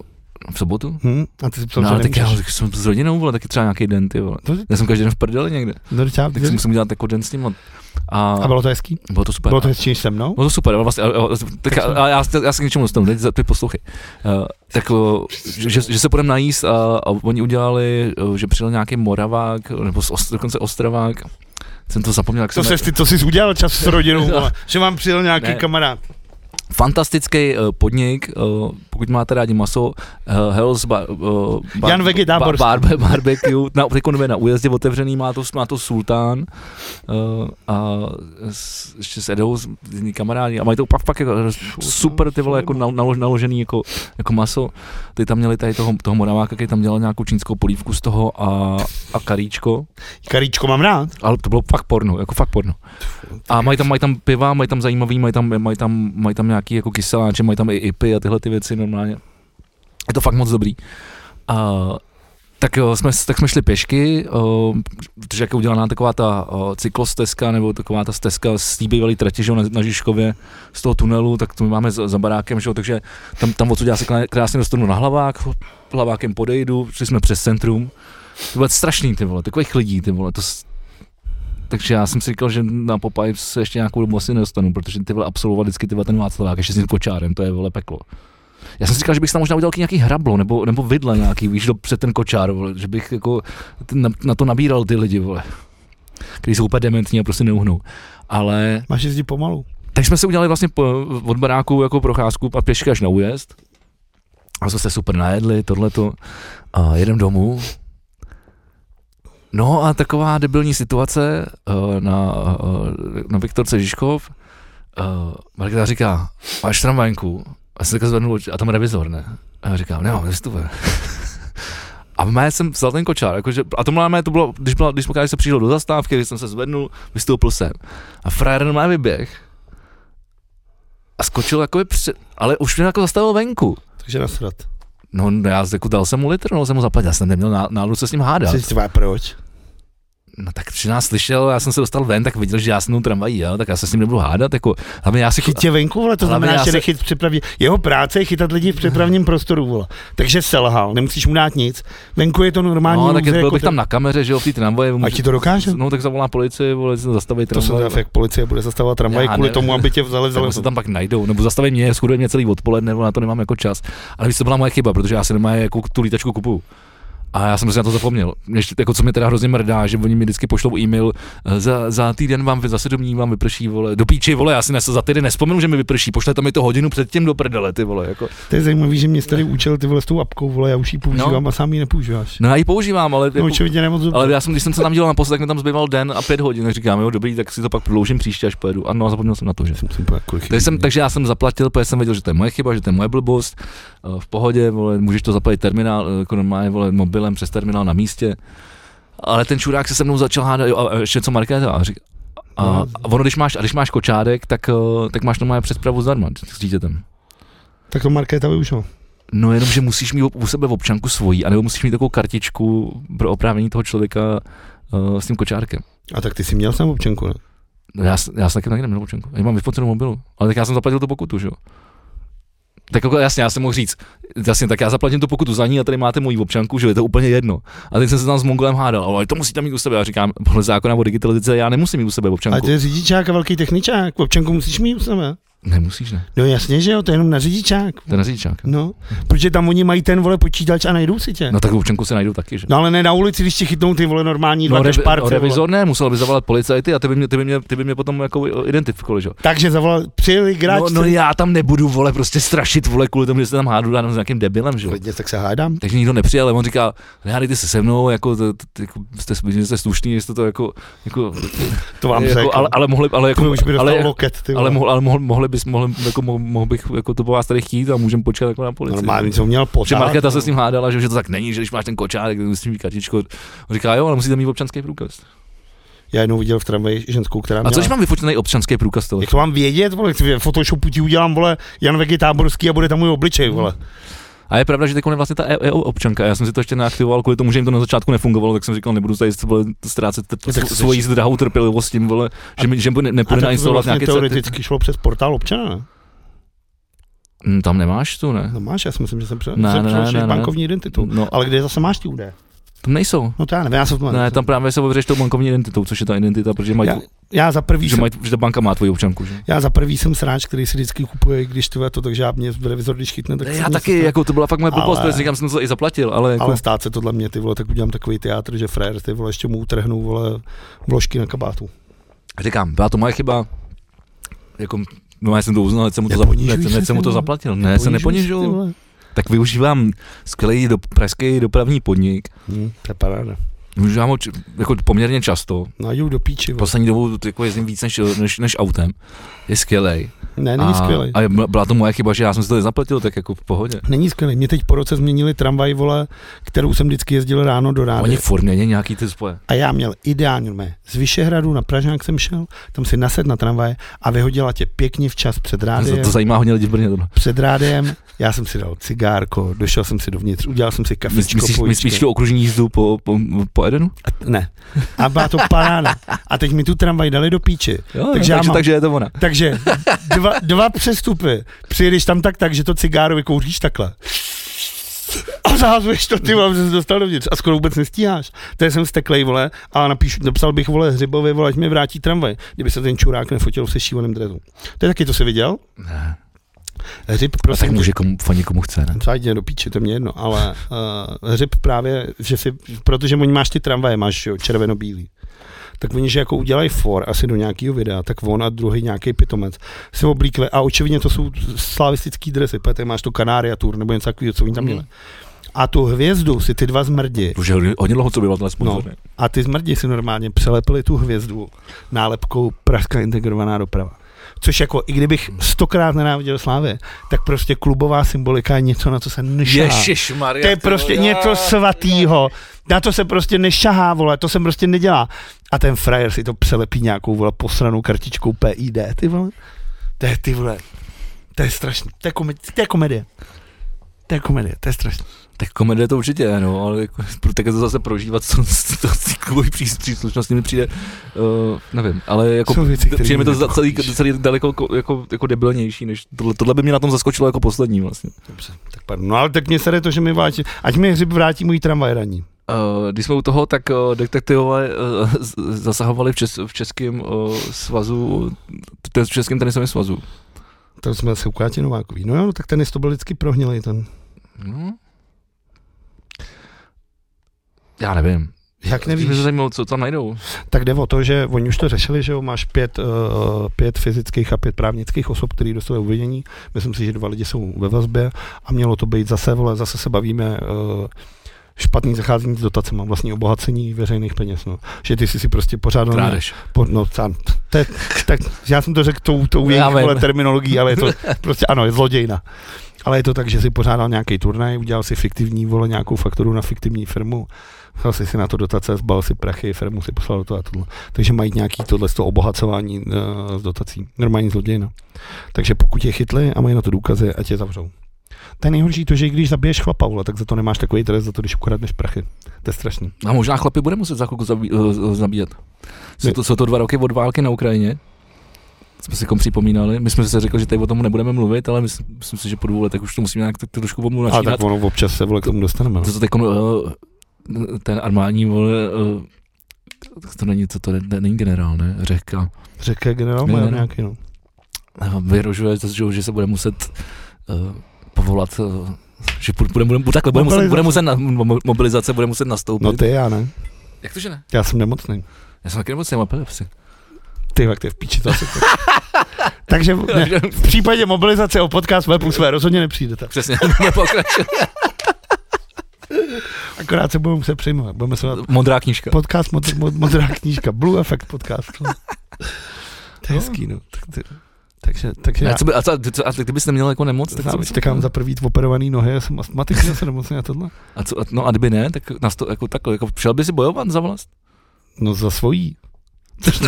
S1: V sobotu?
S2: Hm? A ty jsi psal,
S1: no,
S2: že
S1: ale tak
S2: nemůžeš.
S1: já tak jsem s rodinou, vole, taky třeba nějaký den, ty vole.
S2: To-
S1: Já jsem každý den v prdeli někde,
S2: No, teď já-
S1: tak si musím dělat jako den s ním. A,
S2: A bylo to hezký?
S1: bylo to super.
S2: Bylo to hezčí než se mnou?
S1: Bylo to super, ale vlastně, ale- ale- tak, a, a já, se- já, se k něčemu dostanu, teď za- ty poslouchej. Uh, tak, uh, že, že, se půjdeme najíst a, a, oni udělali, uh, že přijel nějaký Moravák, nebo z, Ost- dokonce Ostravák, jsem to zapomněl, jak
S2: To
S1: se
S2: se ty, to jsi udělal čas s
S1: *laughs*
S2: rodinou, vole, že vám přijel nějaký
S1: Ne.
S2: kamarád.
S1: Fantastický uh, podnik, uh, pokud máte rádi maso, uh, Hell's bar, uh, bar,
S2: Jan Vegi Dáborský.
S1: bar, bar, Barbecue, na, teď je na újezdě otevřený, má to, má to Sultán uh, a s, ještě s Edou, s jední kamarádi, a mají to pak, pak jako roz- super ty vole, jako nal- nalož, naložený jako, jako maso. Ty tam měli tady toho, toho moraváka, který tam dělal nějakou čínskou polívku z toho a, a karíčko,
S2: Karíčko mám rád.
S1: ale to bylo fakt porno, jako fakt porno. A mají tam, mají tam piva, mají tam zajímavý, mají tam, mají tam, mají tam nějaký jako kyseláče, mají tam i ipy a tyhle ty věci normálně. Je to fakt moc dobrý. A, Tak, jo, jsme, tak jsme šli pěšky, o, protože jak je udělaná taková ta o, cyklostezka, nebo taková ta stezka z té bývalé trati, že jo, na, na Žižkově, z toho tunelu, tak to my máme za, za barákem, že jo, takže tam, tam odsud já se krá- krásně dostanu na hlavák, hlavákem podejdu, šli jsme přes centrum. To bylo strašný, ty vole, takových lidí, ty vole, to, s- takže já jsem si říkal, že na Popeye se ještě nějakou dobu asi nedostanu, protože ty vole absolvovat vždycky ty vole ten Václavák, ještě s tím kočárem, to je vole peklo. Já jsem si říkal, že bych si tam možná udělal nějaký hrablo nebo, nebo vidle nějaký, víš, do, před ten kočár, vole, že bych jako t- na, na, to nabíral ty lidi, vole, kteří jsou úplně dementní a prostě neuhnou. Ale
S2: Máš jezdit pomalu.
S1: tak jsme si udělali vlastně po, od baráku jako procházku a pěšky až na újezd. A jsme se super najedli, tohleto. A jedem domů. No a taková debilní situace eh, na, eh, na Viktorce Žižkov. Eh, Markéta říká, máš tramvajku? A jsem takhle zvednul oči, a tam revizor, ne? A já říkám, nemám, nevstupuje. *laughs* A mé jsem vzal ten kočár, jakože, a to máme, to bylo, když, byla, když jsem přišel do zastávky, když jsem se zvednul, vystoupil jsem. A frajer má vyběh, a skočil jako před, ale už mě jako zastavil venku.
S2: Takže nasrat.
S1: No, no já jako dal jsem mu litr, no jsem mu zaplatil, já jsem neměl ná- náladu se s ním hádat.
S2: tvá proč?
S1: No tak když nás slyšel, já jsem se dostal ven, tak viděl, že já jsem tou tramvají, jel, tak já se s ním nebudu hádat, jako, hlavně já si
S2: Chytě venku, vole, to
S1: Ale
S2: znamená,
S1: já se-
S2: že se... chyt v přepravě. Jeho práce je chytat lidi v přepravním prostoru, vole. Takže selhal, nemusíš mu dát nic. Venku je to normální.
S1: No, tak
S2: nouze
S1: je, byl
S2: jako
S1: bych
S2: ten-
S1: tam na kameře, že jo, v té tramvaji.
S2: A ti to dokáže?
S1: No tak zavolá policii, vole, zastaví
S2: To se
S1: tramvaj.
S2: zase jak policie bude zastavovat tramvaj
S1: Já
S2: kvůli
S1: nevím.
S2: tomu, aby tě vzali vzali.
S1: Nebo se tam pak najdou, nebo zastaví mě, schuduje mě celý odpoledne, nebo na to nemám jako čas. Ale víš, to byla moje chyba, protože já si nemá jako tu lítačku kupu. A já jsem si na to zapomněl. Ještě, jako co mě teda hrozně mrdá, že oni mi vždycky pošlou e-mail, eh, za, za týden vám vy- zase domní, vám vyprší, vole, do píči, vole, já si nes, za týden nespomenu, že mi vyprší, pošlete mi to hodinu předtím do prdele, ty vole, jako.
S2: To je zajímavý, že mě jsi tady učil ty vole s tou apkou, vole, já už ji používám a sám ji nepoužíváš.
S1: No já ji používám, ale,
S2: No,
S1: No. jako,
S2: očividně nemoc dobře.
S1: ale já jsem, když jsem se tam dělal naposled, tak mi tam zbýval den a pět hodin, tak říkám, jo, dobrý, tak si to pak prodloužím příště, až pojedu. Ano, a zapomněl jsem na to, že.
S2: Jsem si úplně kolik
S1: Takže jsem, takže já jsem zaplatil, protože jsem věděl, že to je moje chyba, že to je moje blbost, eh, v pohodě, vole, můžeš to zaplatit terminál, eh, jako normálně, vole, mobilem přes terminál na místě. Ale ten čurák se se mnou začal hádat, jo, a a ještě co Markéta, a, řík, a, a ono, když máš, a když máš kočárek, tak, eh, tak máš normálně přespravu zdarma s dítětem.
S2: Tak to Markéta využil.
S1: No jenom, že musíš mít u sebe v občanku svojí, anebo musíš mít takovou kartičku pro oprávnění toho člověka eh, s tím kočárkem.
S2: A tak ty jsi měl sám občanku, ne?
S1: No já, s- já jsem taky taky neměl občanku. Já ji mám vyfocenou mobilu. Ale tak já jsem zaplatil tu pokutu, že jo? Tak jako jasně, já jsem mohl říct, jasně, tak já zaplatím tu pokutu za ní a tady máte moji občanku, že jo, je to úplně jedno. A teď jsem se tam s Mongolem hádal, ale to musíte mít u sebe. Já říkám, podle zákona o digitalizaci, já nemusím mít u sebe
S2: A
S1: občanku.
S2: ty je řidičák a velký techničák. Občanku musíš mít u sebe.
S1: Nemusíš, ne?
S2: No jasně, že jo, to je jenom na řidičák.
S1: To je na řidičák.
S2: No, protože tam oni mají ten vole počítač a najdou si tě.
S1: No tak občanku se najdou taky, že?
S2: No ale ne na ulici, když ti chytnou ty vole normální dva
S1: No, revi-
S2: kašpárce. vole.
S1: revizor ne, musel by zavolat policajty a ty by mě, ty by mě, ty by mě potom jako identifikovali, že jo?
S2: Takže zavolal, přijeli hráč.
S1: No, no, já tam nebudu, vole, prostě strašit, vole, kvůli tomu, že se tam hádu dám s nějakým debilem, že jo?
S2: Klidně, tak se hádám.
S1: Takže nikdo nepřijal, ale on říkal, nehádejte se se mnou, jako, to, to, jako jste, že jste slušný, že jste to jako, jako,
S2: To vám
S1: jako
S2: řekl.
S1: ale, ale mohli, ale
S2: To
S1: jako,
S2: už by
S1: ale,
S2: dostal
S1: jako-
S2: loket, ty
S1: ale,
S2: vole.
S1: mohl, ale mohl, mohli bys, mohl, jako, mohl, mohl, bych jako to po vás tady chtít a můžem počkat jako na policii.
S2: Normálně no. jsem měl potát.
S1: Že Markéta se s ním hádala, že, že to tak není, že když máš ten kočárek, tak musíš mít kartičku. On říká, jo, ale musíte mít občanský průkaz.
S2: Já jednou viděl v tramvaji ženskou, která měla...
S1: A co když mám vyfocený občanský průkaz toho?
S2: Jak to mám vědět, vole, v Photoshopu ti udělám, vole, Jan Vegy Táborský a bude tam můj obličej, vole.
S1: A je pravda, že teď je vlastně ta EU občanka. Já jsem si to ještě neaktivoval kvůli tomu, že jim to na začátku nefungovalo, tak jsem říkal, nebudu tady vole, ztrácet t-
S2: tak to
S1: svoji drahou trpělivost tím, vole, že, mi, že mi ne-
S2: A
S1: nepůjde
S2: tak to
S1: nainstalovat
S2: vlastně
S1: nějaké
S2: teoreticky šlo přes portál občana, ne?
S1: Mm, Tam nemáš tu, ne?
S2: No máš, já si myslím, že jsem přeložil
S1: Ne, ne, ne, ne, ne.
S2: bankovní identitu.
S1: No,
S2: Ale kde zase máš ty údaje?
S1: tam nejsou.
S2: No to já nevím, já jsem to
S1: Ne, tam právě se otevřeš tou bankovní identitou, což je ta identita, protože mají,
S2: já, já, za prvý
S1: že,
S2: jsem,
S1: mají, že ta banka má tvoji občanku. Že?
S2: já za prvý jsem sráč, který si vždycky kupuje, i když tyhle to, takže já mě revizor, když chytne, tak
S1: Ne,
S2: se
S1: já
S2: mě
S1: taky,
S2: zeptá.
S1: jako to byla fakt moje blbost,
S2: Ale-
S1: ale... říkám, jsem to i zaplatil, ale, jako,
S2: Ale stát se tohle mě, ty vole, tak udělám takový teátr, že frér, ty vole, ještě mu utrhnou, vole, vložky na kabátu.
S1: říkám, byla to moje chyba, jako, no já jsem to uznal, hned jsem mu to,
S2: Neponižuj
S1: zapl- hned,
S2: se,
S1: hned jsem mu
S2: ty
S1: to
S2: vole.
S1: zaplatil, ne, se
S2: Ponižuj si, ty
S1: neponižuju,
S2: vole.
S1: tak využívám skvělý do, pražský dopravní podnik,
S2: Hm, to je paráda.
S1: využívám ho č- jako poměrně často,
S2: No a jdu do píči, vole.
S1: poslední dobou jako jezdím víc než, než, než autem, je skvělej.
S2: Ne, není skvělý.
S1: a, a byla to moje chyba, že já jsem si to nezaplatil, tak jako v pohodě.
S2: Není skvělý. Mě teď po roce změnili tramvaj, vole, kterou jsem vždycky jezdil ráno do rána.
S1: Oni furt mění nějaký ty spoje.
S2: A já měl ideální mé. Z Vyšehradu na Pražák jsem šel, tam si nased na tramvaj a vyhodila tě pěkně včas před
S1: To,
S2: rádiem.
S1: to zajímá hodně lidí v Brně. Tohle.
S2: Před rádiem Já jsem si dal cigárko, došel jsem si dovnitř, udělal jsem si kafičko,
S1: Myslíš,
S2: pojíčky.
S1: myslíš tu okružní jízdu po, po, po Edenu?
S2: A- Ne. A byla to paráda. A teď mi tu tramvaj dali do píči.
S1: Jo,
S2: Takže
S1: takže,
S2: já
S1: takže,
S2: mám-
S1: takže je to ona.
S2: Takže dva, dva přestupy. Přijedeš tam tak, tak, že to cigáro vykouříš takhle. A zahazuješ to, ty vole, že jsi dostal dovnitř. A skoro vůbec nestíháš. To jsem steklej, vole, a napíšu, napsal bych, vole, hřibovi, vole, ať mě vrátí tramvaj, kdyby se ten čurák nefotil se šívaným drezu. To je taky, to se viděl?
S1: Ne.
S2: Hřib,
S1: A tak
S2: prosím,
S1: může komu, fanit komu chce, ne?
S2: Třeba jde do píči, to mě jedno, ale uh, hřib právě, že si, protože oni máš ty tramvaje, máš jo, červeno-bílý, tak oni, že jako udělají for asi do nějakého videa, tak on a druhý nějaký pitomec se oblíkli a očividně to jsou slavistický dresy, protože tady máš tu Kanária Tour nebo něco takového, co oni tam
S1: Mm.
S2: měli. A tu hvězdu si ty dva zmrdi
S1: Protože hodně dlouho co byla tahle sponzor. No.
S2: a ty zmrdi si normálně přelepili tu hvězdu nálepkou Pražská integrovaná doprava. Což jako, i kdybych stokrát nenáviděl Slávy, tak prostě klubová symbolika je něco, na co se nešahá.
S1: Maria.
S2: To je prostě něco svatýho. Na to se prostě nešahá, vole, to se prostě nedělá. A ten frajer si to přelepí nějakou, vole, posranou kartičkou PID, ty vole. To je, ty vole, to je strašný, to je, komedie, to je komedie. To je komedie, to je strašný.
S1: Tak komedie to určitě je, no, ale jako, pro- tak to zase prožívat co z to cyklový příslušnosti mi přijde, uh, nevím, ale jako
S2: Jsou věci, které
S1: přijde mi to
S2: jinak
S1: za- celý,
S2: pochopíš.
S1: celý daleko ko- jako, jako debilnější, než tohle, tohle by mě na tom zaskočilo jako poslední vlastně.
S2: Dobře, tak pardon. No ale tak mě sere to, že mi vrátí, ať mi hřib vrátí můj tramvaj raní.
S1: Uh, když jsme u toho, tak uh, detektivové uh, z- zasahovali v, čes, v českém uh, svazu, t- v českém tenisovém svazu.
S2: To jsme asi u Káti Novákový. No jo, no, tak tenis to byl vždycky prohnilej ten.
S1: No. Já nevím.
S2: Jak
S1: Mě
S2: nevíš?
S1: se zajímalo, co tam najdou.
S2: Tak jde o to, že oni už to řešili, že jo, máš pět, uh, pět fyzických a pět právnických osob, který dostali uvidění. Myslím si, že dva lidi jsou ve vazbě a mělo to být zase, vole, zase se bavíme uh, špatný zacházení s dotacema, vlastně obohacení veřejných peněz, no. Že ty jsi si prostě pořádal...
S1: Krádeš.
S2: Po, no, tam, to je, tak já jsem to řekl tou, tou
S1: Já
S2: jejich
S1: vím.
S2: vole, terminologií, ale je to prostě ano, je zlodějna. Ale je to tak, že si pořádal nějaký turnaj, udělal si fiktivní vole, nějakou fakturu na fiktivní firmu, vzal si si na to dotace, zbal si prachy, firmu si poslal do toho a tohle. Takže mají nějaký tohle z toho obohacování uh, z dotací. Normální zlodějna. Takže pokud je chytli a mají na to důkazy, ať je zavřou. To je nejhorší to, že i když zabiješ chlapa, vole, tak za to nemáš takový trest, za to, když ukradneš prachy. To je strašný.
S1: A možná chlapi bude muset za chvilku zabí, eh, zabíjet. Jsou
S2: My-
S1: to, jsou to dva roky od války na Ukrajině. Jsme si jako připomínali. My jsme se řekli, že tady o tom nebudeme mluvit, ale myslím, myslím si, že po dvou letech už to musíme nějak tak trošku pomluvu
S2: Ale
S1: načínat.
S2: tak ono občas se vole k tomu dostaneme. No.
S1: To, co teď eh, ten armádní vole, eh, to není, co to ne, ne- není generál, ne? Řeka.
S2: Řekl generál
S1: Ne, ne,
S2: Major
S1: ne.
S2: nějaký, no.
S1: eh, Vyhrožuje, to, že- že se bude muset eh, povolat eh, že bude, bude, bude, takhle, bude, muset, bude muset na, mo- mobilizace bude muset nastoupit.
S2: No ty já ne,
S1: Jak to, že ne?
S2: já jsem nemocný.
S1: Já jsem taky nemocný, mám epilepsy.
S2: Ty jak ty v píči to asi tak. *laughs* Takže ne, v případě mobilizace o podcast Webu své rozhodně
S1: *laughs*
S2: nepřijdete.
S1: Přesně, *laughs* nepokračuj.
S2: Akorát se budeme muset přijmout. Budeme se na
S1: Modrá knížka.
S2: podcast mod, mod, Modrá knížka, Blue Effect podcast. *laughs* To je hezký, no. Tak ty, takže, takže
S1: Ne,
S2: já,
S1: co by, a, co, a co, a ty bys neměl jako nemoc, tak co
S2: já
S1: bys
S2: vystekám za prvý operovaný nohy, já jsem astmatik, já jsem nemocný a tohle.
S1: a co, a, no a kdyby ne, tak na sto, jako takhle, jako šel by si bojovat za *laughs* vlast?
S2: No za svojí.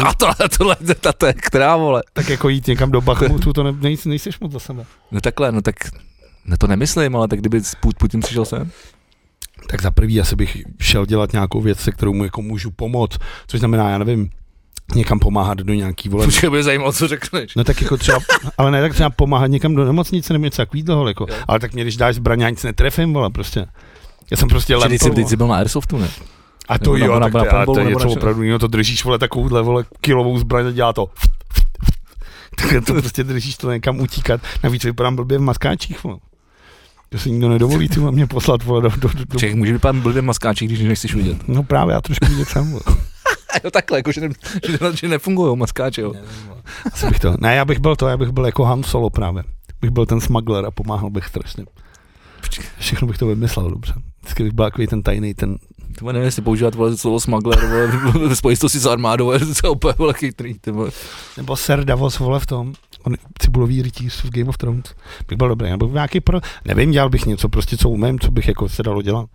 S1: A to, a tohle, ta, to je která, vole.
S2: Tak jako jít někam do Bachmutu, to ne, nejsi, nejsiš moc za sebe.
S1: No takhle, no tak, ne to nemyslím, ale tak kdyby Put, Putin přišel sem.
S2: tak za prvý asi bych šel dělat nějakou věc, se kterou mu jako můžu pomoct, což znamená, já nevím, někam pomáhat do nějaký vole.
S1: Už by zajímalo, co řekneš.
S2: No tak jako třeba, ale ne tak třeba pomáhat někam do nemocnice nebo něco takového, jako.
S1: Jo.
S2: ale tak mě když dáš zbraň, já nic netrefím, vole, prostě. Já jsem prostě
S1: Či ty
S2: lempo,
S1: jsi, ty
S2: vole.
S1: jsi byl na Airsoftu, ne?
S2: A to
S1: nebo
S2: jo,
S1: na-
S2: tak
S1: na-
S2: to,
S1: na
S2: ale to
S1: paintballu
S2: je
S1: nebo
S2: něco
S1: na čem?
S2: opravdu jiného, to držíš, vole, takovouhle, vole, kilovou zbraň a dělá to. *laughs* Tak to prostě držíš to někam utíkat. Navíc vypadám blbě v maskáčích, vole. To se nikdo nedovolí, ty vole, mě poslat, vole, do, do, do, do
S1: Člověk může vypadat blbě maskáčí, když nechceš vidět.
S2: No právě, já trošku vidět sám, vole.
S1: *laughs* jo, takhle, jako, že, ne, že, ne- že nefungují maskáče, jo.
S2: Asi bych to, ne, já bych byl to, já bych byl jako Han Solo právě. Bych byl ten smuggler a pomáhal bych strašně. Všechno bych to vymyslel dobře. Vždycky bych byl takový ten tajný, ten...
S1: Ty vole, nevím, jestli používat vole, slovo smuggler, vole, spojit to si s armádou, vole, *laughs* to je úplně vole, chytrý, ty vole.
S2: Nebo Ser Davos, vole, v tom. On cibulový rytíř v Game of Thrones. Bych byl dobrý. Nebo nějaký pro... Nevím, dělal bych něco prostě, co umím, co bych jako se dalo dělat.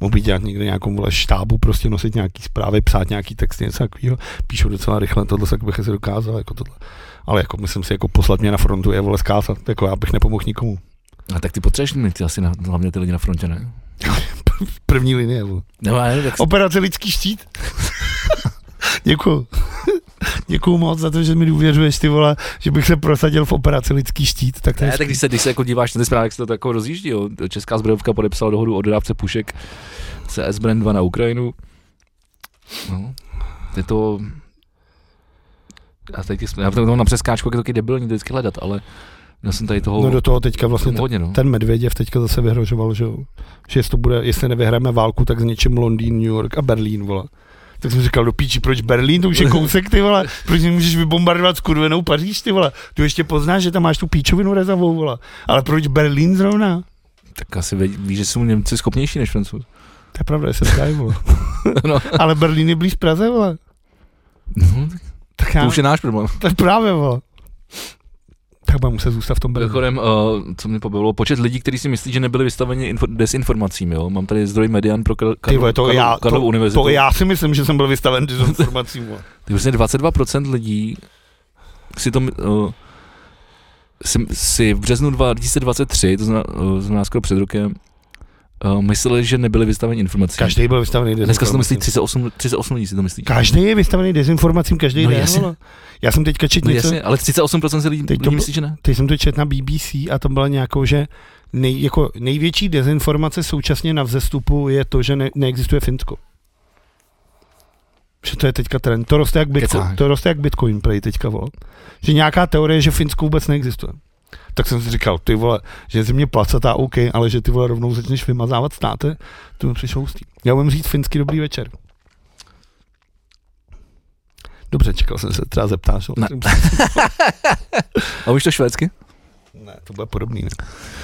S2: Mohl bych dělat někde nějakou vole štábu, prostě nosit nějaký zprávy, psát nějaký texty, něco takového. Píšu docela rychle, tohle tak bych asi dokázal, jako tohle. Ale jako myslím si, jako poslat mě na frontu je vole zkázat, jako já bych nepomohl nikomu.
S1: A tak ty potřebuješ mít ty asi na, hlavně ty lidi na frontě, ne?
S2: První linie. vole.
S1: Nebo ne, tak
S2: Operace lidský štít. *laughs* Děkuju. *laughs* Děkuju moc za to, že mi důvěřuješ, ty vole, že bych se prosadil v operaci lidský štít. Tak to je
S1: Ne, tak
S2: skvělý.
S1: když se, když se jako díváš na ty zprávy, jak se to tak jako rozjíždí, jo. Česká zbrojovka podepsala dohodu o dodávce pušek CS Brand 2 na Ukrajinu. No, je to... A teď jsme, já to na přeskáčku, jak je to taky debilní to vždycky hledat, ale já jsem tady toho
S2: No do toho teďka vlastně
S1: tomu hodně, no.
S2: Ten Medvěděv teďka zase vyhrožoval, že, jo, že jestli, to bude, jestli nevyhráme válku, tak zničím Londýn, New York a Berlín, vole. Tak jsem říkal, do píči, proč Berlín, to
S1: *laughs*
S2: už je kousek, ty vole, proč nemůžeš vybombardovat skurvenou Paříž, ty vole, tu ještě poznáš, že tam máš tu píčovinu rezavou, vole, ale proč Berlín zrovna?
S1: Tak asi ví, ví, že jsou Němci schopnější než Francouz.
S2: To je pravda, se zdají, vole.
S1: *laughs* No.
S2: Ale Berlín je blíž Praze, vole.
S1: No, tak
S2: Tak
S1: to
S2: já,
S1: už je náš problém.
S2: to je právě, vole. Tak mám muset zůstat v tom Berlínu.
S1: Mimochodem, uh, co mě pobavilo, počet lidí, kteří si myslí, že nebyli vystaveni info- desinformacím, jo. Mám tady zdroj median pro Karl-
S2: Ty vole,
S1: Karl-
S2: to já-
S1: Karl-
S2: to-
S1: Karlovu univerzitu.
S2: To já si myslím, že jsem byl vystaven dezinformacím, *laughs* vole.
S1: Tak vlastně 22% lidí si to uh, si, si v březnu 2023, to znamená, uh, znamená skoro před rokem, uh, mysleli, že nebyli vystaveni informacím.
S2: Každý byl vystavený
S1: A Dneska si to myslí
S2: dezinformacím.
S1: 38, 38 lidí si to myslí.
S2: Každý je vystavený dezinformacím, každý
S1: No
S2: den.
S1: jasně.
S2: vole. Já jsem teďka četl
S1: No
S2: něco,
S1: jasně, ale 38% si lidí,
S2: Teď to
S1: lidí
S2: bylo-
S1: myslí, že ne.
S2: teď jsem to četl na BBC a tam byla nějakou, že nej, jako největší dezinformace současně na vzestupu je to, že ne, neexistuje Finsko. Že to je teďka trend. To roste jak Bitcoin,
S1: Kecáš.
S2: to roste jak Bitcoin prej teďka, vole. Že nějaká teorie, že Finsko vůbec neexistuje. Tak jsem si říkal, ty vole, že země placatá, OK, ale že ty vole rovnou začneš vymazávat státy, to mi přišlo hustý. Já umím říct finský dobrý večer. Dobře, čekal jsem se, třeba zeptáš. jo.
S1: Ne. A už to švédsky?
S2: Ne, to bude podobný, ne?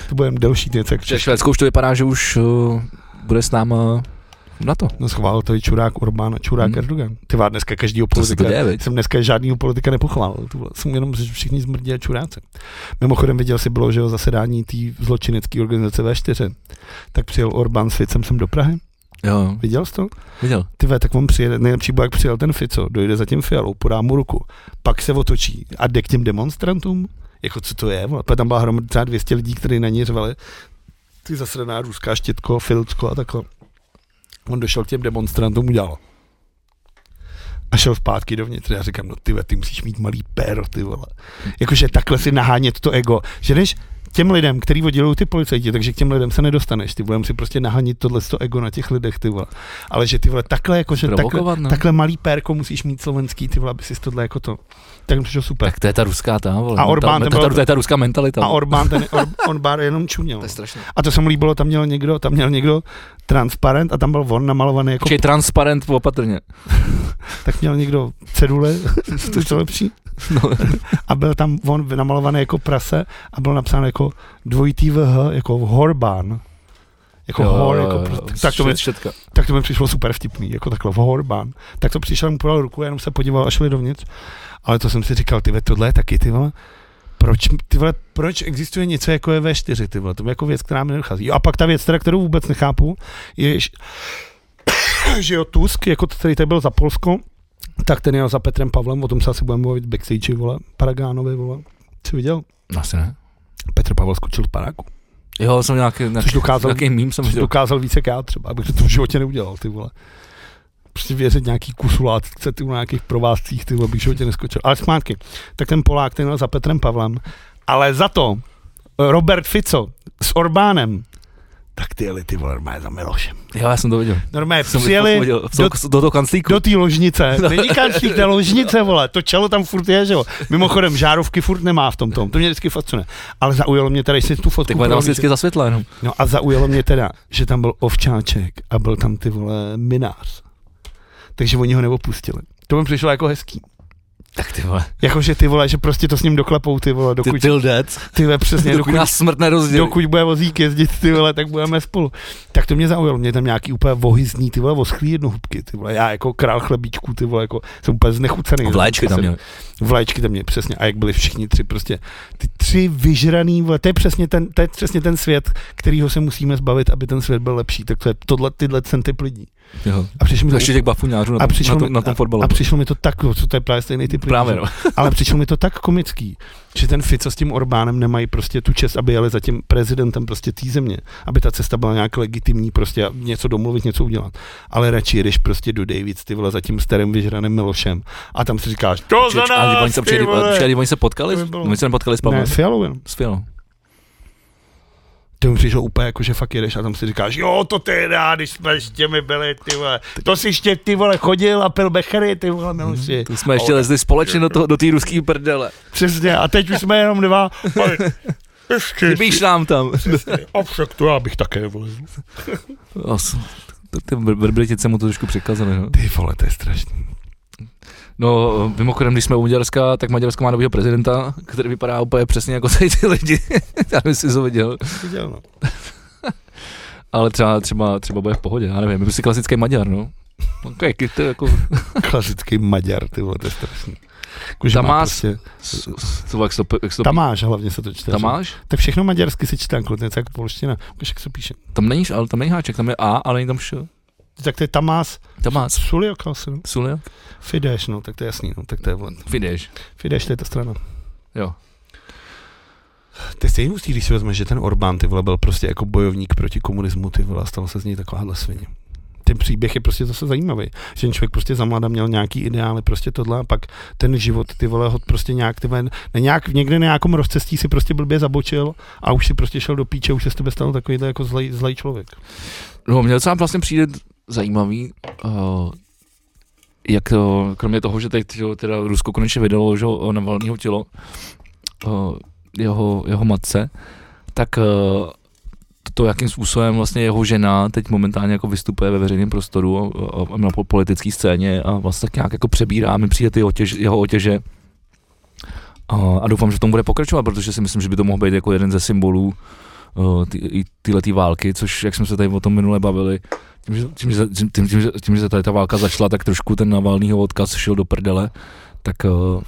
S2: To bude delší věc, jak
S1: Protože
S2: Češ.
S1: Švédsko už to vypadá, že už uh, bude s náma na to.
S2: No schválil to i Čurák Orbán a Čurák
S1: Hmm.
S2: hmm. Erdogan. Ty vá, dneska každýho
S1: To se to
S2: politika,
S1: děje, viď?
S2: jsem dneska žádnýho politika nepochválil, tu vole. jsem jenom že všichni zmrdí a čuráce. Mimochodem viděl si bylo, že jo, zasedání té zločinecké organizace V4, tak přijel Orbán s Ficem sem do Prahy,
S1: Jo,
S2: viděl jsi to?
S1: viděl.
S2: Ty vole, tak on přijede, nejlepší bylo, jak přijel ten Fico, dojde za tím Fialou, podá mu ruku, pak se otočí a jde k těm demonstrantům, jako co to je, vole? Pak tam byla hromada třeba 200 lidí, kteří na něj řvali, ty zasraná ruská štětko, filcko a takhle. On došel k těm demonstrantům, udělal. A šel zpátky dovnitř. Já říkám, no ty vole, ty musíš mít malý péro, ty vole. Jakože takhle si nahánět to ego. Že než těm lidem, který oddělují ty policajti, takže k těm lidem se nedostaneš, ty budeme si prostě nahanit tohle ego na těch lidech, ty vole. Ale že ty vole, takhle, jakože takhle,
S1: Provokovat, no.
S2: takhle malý pérko musíš mít slovenský, ty vole, aby si tohle jako to. Tak mi přišlo super.
S1: Tak to je ta ruská ta, vole.
S2: A
S1: no, ta-
S2: Orbán,
S1: ta,
S2: ten
S1: ta,
S2: byl-
S1: ta, to je ta ruská mentalita.
S2: A Orbán, Jako- ten, or, on bar jenom čuměl.
S1: to je strašné.
S2: A to se mu líbilo, tam měl někdo, tam měl někdo transparent a tam byl on namalovaný jako,
S1: Počkej, transparent opatrně.
S2: tak měl někdo cedule, *laughs* to je to lepší.
S1: No.
S2: A byl tam on namalovaný jako prase a byl napsáno jako dvojitý VH, jako Horbán. Jako jo, hor, jako prostě, tak, to mi,
S1: všetka.
S2: tak to mi přišlo super vtipný, jako takhle Horbán. Tak to přišel, mu podal ruku, já jenom se podíval a šli dovnitř. Ale to jsem si říkal, ty vole, tohle je taky, ty vole, proč, ty vole, proč existuje něco jako je V4, ty vole, to je jako věc, která mi nedochází. Jo, a pak ta věc, teda, kterou vůbec nechápu, je, že- *coughs* že jo, Tusk, jako to, který tady byl za Polsko, tak ten jel za Petrem Pavlem, o tom se asi budeme mluvit backstage, vole, Paragánovi, vole, co viděl?
S1: Asi ne.
S2: Petr Pavel skočil z paráku.
S1: Jo, jsem nějaký,
S2: Což
S1: nějaký,
S2: dokázal,
S1: nějaký mím jsem
S2: což
S1: viděl.
S2: dokázal víc jak já třeba, abych to v životě neudělal, ty vole. Prostě věřit nějaký kusulátce, ty vole, na nějakých provázcích, ty vole, bych v životě neskočil. Ale smátky. Tak ten Polák, ten jel za Petrem Pavlem, ale za to eh, Robert Fico s Orbánem, tak ty jeli ty vole, normálně za Milošem.
S1: Jo, já jsem to viděl.
S2: Normálně
S1: Jsem
S2: přijeli,
S1: to viděl. Jsem do, do toho kanclíku.
S2: do té ložnice.
S1: *laughs*
S2: Není kanclík, té ložnice, vole. To čelo tam furt je, že jo. Mimochodem, žárovky furt nemá v tom tom. To mě vždycky fascinuje. Ale zaujalo mě tady, jestli tu fotku...
S1: tak bude tam asi
S2: prohlížím.
S1: vždycky za světla jenom.
S2: No a zaujalo mě teda, že tam byl ovčáček a byl tam ty vole minář. Takže oni ho neopustili. To mi přišlo jako hezký.
S1: Tak ty vole.
S2: Jakože ty vole, že prostě to s ním doklepou ty vole,
S1: Ty
S2: dokud ty,
S1: till dead.
S2: ty vole, přesně,
S1: Dokud
S2: *laughs* dokud,
S1: nás smrt nerozdělí.
S2: dokud bude vozík jezdit ty vole, tak budeme spolu. Tak to mě zaujalo, mě tam nějaký úplně vohyzní ty vole, voschlý jednohubky ty vole, já jako král chlebíčků ty vole, jako jsem úplně znechucený.
S1: Vlaječky tam měl.
S2: Vlaječky tam mě, přesně. A jak byli všichni tři prostě, ty tři vyžraný, vole, to je přesně ten, to je přesně ten svět, kterýho se musíme zbavit, aby ten svět byl lepší. Tak to je tohle, tyhle cen typ lidí.
S1: Jo.
S2: A přišlo mi
S1: To
S2: to,
S1: ještě těch bafuňářů na,
S2: a
S1: tom-
S2: přišlo
S1: na, tom-
S2: mi-
S1: na tom fotbalu.
S2: a přišlo mi to tak, co to je právě stejný ty plíže.
S1: Právě, no.
S2: Ale přišlo mi to tak komický, že ten Fico s tím Orbánem nemají prostě tu čest, aby jeli za tím prezidentem prostě té země, aby ta cesta byla nějak legitimní, prostě a něco domluvit, něco udělat. Ale radši jedeš prostě do Davids, ty vole, za tím starým vyžraným Milošem a tam si říkáš, to za
S1: Čeč, ale když oni
S2: nás,
S1: se,
S2: ty
S1: přijeli,
S2: vole.
S1: přijeli, oni se potkali,
S2: To by bylo-
S1: oni se nepotkali s Pavlem.
S2: Ne, s Fialou jenom.
S1: S Fialou.
S2: To mi přišlo úplně jako, že fakt jedeš a tam si říkáš, jo, to ty rád, když jsme s těmi byli, ty vole, to si ještě ty vole chodil a pil bechery, ty vole, Miloši.
S1: To jsme ještě lezli společně do toho, do té ruský prdele.
S2: Přesně, a teď už jsme jenom dva, ale ještě,
S1: Chybíš nám tam.
S2: a však to já bych také vlezl.
S1: Os- to- Ty br- br- Britice mu to trošku překazali, no.
S2: Ty vole, to je strašný.
S1: No, mimochodem, když jsme u Maďarska, tak Maďarsko má nového prezidenta, který vypadá úplně přesně jako tady ty lidi. *laughs* Já nevím, jestli jsi to viděl.
S2: Viděl, no.
S1: Ale třeba, třeba, třeba bude v pohodě, já nevím, je prostě klasický Maďar, no. Okay, to je jako,
S2: Klasický Maďar, ty vole, to je strašný. Jako, že
S1: Tamás.
S2: prostě,
S1: co, jak se to, jak se to
S2: Tamáš hlavně se to čte.
S1: tam
S2: že?
S1: máš?
S2: Tak všechno maďarsky se čte, klidně, jako polština. Ukaž, jak se píše.
S1: Tam není, ale tam není háček, tam je A, ale není tam š.
S2: Tak to je Tamás
S1: Tam má s-
S2: Suliokas, no.
S1: Sulia?
S2: Fidesz, no, tak to je jasný, no, tak to je vole.
S1: Fideš.
S2: Fidesz, to je ta strana.
S1: Jo.
S2: To je stejně hustý, když si vezmeš, že ten Orbán ty vole byl prostě jako bojovník proti komunismu, ty vole, a stalo se z něj takováhle svině. Ten příběh je prostě zase zajímavý, že ten člověk prostě za mláda měl nějaký ideály, prostě tohle a pak ten život ty vole ho prostě nějak, ty vole, ne, nějak někde na nějakom rozcestí si prostě blbě zabočil a už si prostě šel do píče, už se z tebe stal takovýhle jako zlej, zlej člověk.
S1: No, mě docela vlastně přijde zajímavý, uh, jak to, kromě toho, že teď jo, teda Rusko konečně vydalo že, jo, Navalnýho tělo uh, jeho, jeho matce, tak uh, to, jakým způsobem vlastně jeho žena teď momentálně jako vystupuje ve veřejném prostoru a, a, a na po- politické scéně a vlastně tak nějak jako přebírá, mi přijde ty otěž, jeho otěže a, a doufám, že v tom bude pokračovat, protože si myslím, že by to mohl být jako jeden ze symbolů eh, ty, i tyhle ty války, což jak jsme se tady o tom minule bavili, tím, že, tím, že, tím, tím, tím, že, tím, že tady ta válka začala, tak trošku ten Navalnýho odkaz šel do prdele, tak uh,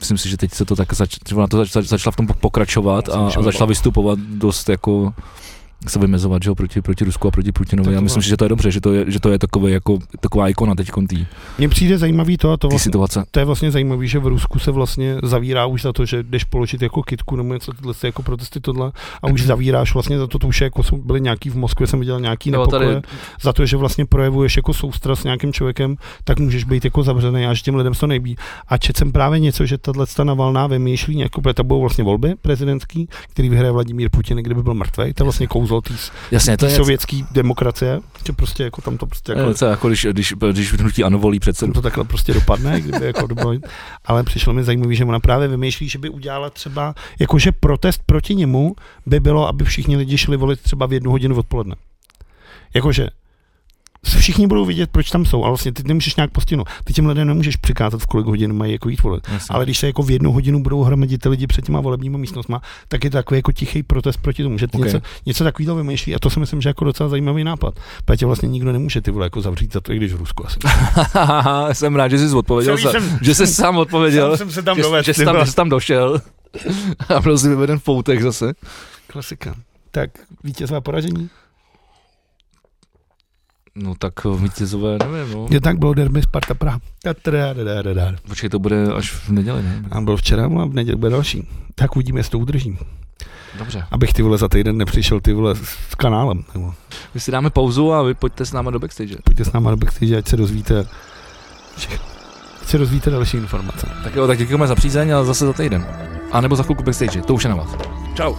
S1: myslím si, že teď se to tak zač, že ona to zač, zač, začala v tom pokračovat a, a začala vystupovat dost jako se vymezovat, že jo, proti, proti Rusku a proti
S2: Tak
S1: Putinovi.
S2: to
S1: Já myslím,
S2: ano.
S1: si, že to je dobře, že to je, že to je takové jako, taková ikona teď tý,
S2: Mně přijde zajímavý to a to
S1: tý
S2: vlastně,
S1: situace.
S2: to je vlastně zajímavý, že v Rusku se vlastně zavírá už za to, že jdeš položit jako kitku nebo něco tyhle si jako protesty tohle a
S1: *clears throat*
S2: už zavíráš vlastně za to, to už je jako jsou, byly nějaký v Moskvě, jsem viděl nějaký
S1: Jo,
S2: nepokoje.
S1: tady-
S2: za to, že vlastně projevuješ jako soustrast s nějakým člověkem, tak můžeš být jako zavřený a že těm lidem se to nejbí. A četl jsem právě něco, že tahle navalná vymýšlí nějakou, protože to budou vlastně volby prezidentský, který vyhraje Vladimír Putin, i kdyby byl mrtvý. To je vlastně kouzlo té
S1: Jasně, to je,
S2: sovětské demokracie, že prostě jako tam to prostě jako
S1: to je jako když, když, když hnutí ano volí předsedu.
S2: tam to takhle prostě dopadne, kdyby jako dobylo. Ale přišlo mi zajímavé, že ona právě vymýšlí, že by udělala třeba, jakože protest proti němu by bylo, aby všichni lidi šli volit třeba v jednu hodinu odpoledne. Jakože všichni budou vidět, proč tam jsou, ale vlastně ty nemůžeš nějak postihnout. Ty těm lidem nemůžeš přikázat, v kolik hodin mají jako jít volit.
S1: Jasně.
S2: Ale když se jako v jednu hodinu budou hromadit ty lidi před těma volebníma místnostma, tak je to takový jako tichý protest proti tomu, že ty
S1: Ok.
S2: okay. něco, něco takového vymýšlí a to si myslím, že je jako docela zajímavý nápad. Protože tě vlastně nikdo nemůže ty vole jako zavřít za to, i když v Rusku asi.
S1: *laughs* jsem rád, že jsi odpověděl,
S2: Celý
S1: za,
S2: jsem-
S1: že jsi sám odpověděl,
S2: jsem se tam
S1: že, že, jsi tam, že jsi tam došel a byl jsi vyveden v poutek zase.
S2: Klasika. Tak vítězové poražení.
S1: No tak eh, vítězové, nevím, no.
S2: Je tak bylo derby Sparta Praha. Tadadadadadada.
S1: Počkej, to bude až v neděli, ne?
S2: A byl včera, no a v neděli bude další. Tak uvidíme, jestli to udržím.
S1: Dobře.
S2: Abych ty vole za týden nepřišel ty vole s s kanálem. Nebo
S1: My si dáme pauzu a vy pojďte s náma do backstage.
S2: pojďte s náma do backstage, ať se dozvíte všechno. Ať se dozvíte další informace.
S1: Tak jo, tak děkujeme za přízeň a zase za týden. A nebo za chvilku backstage, to už je na vás. Čau.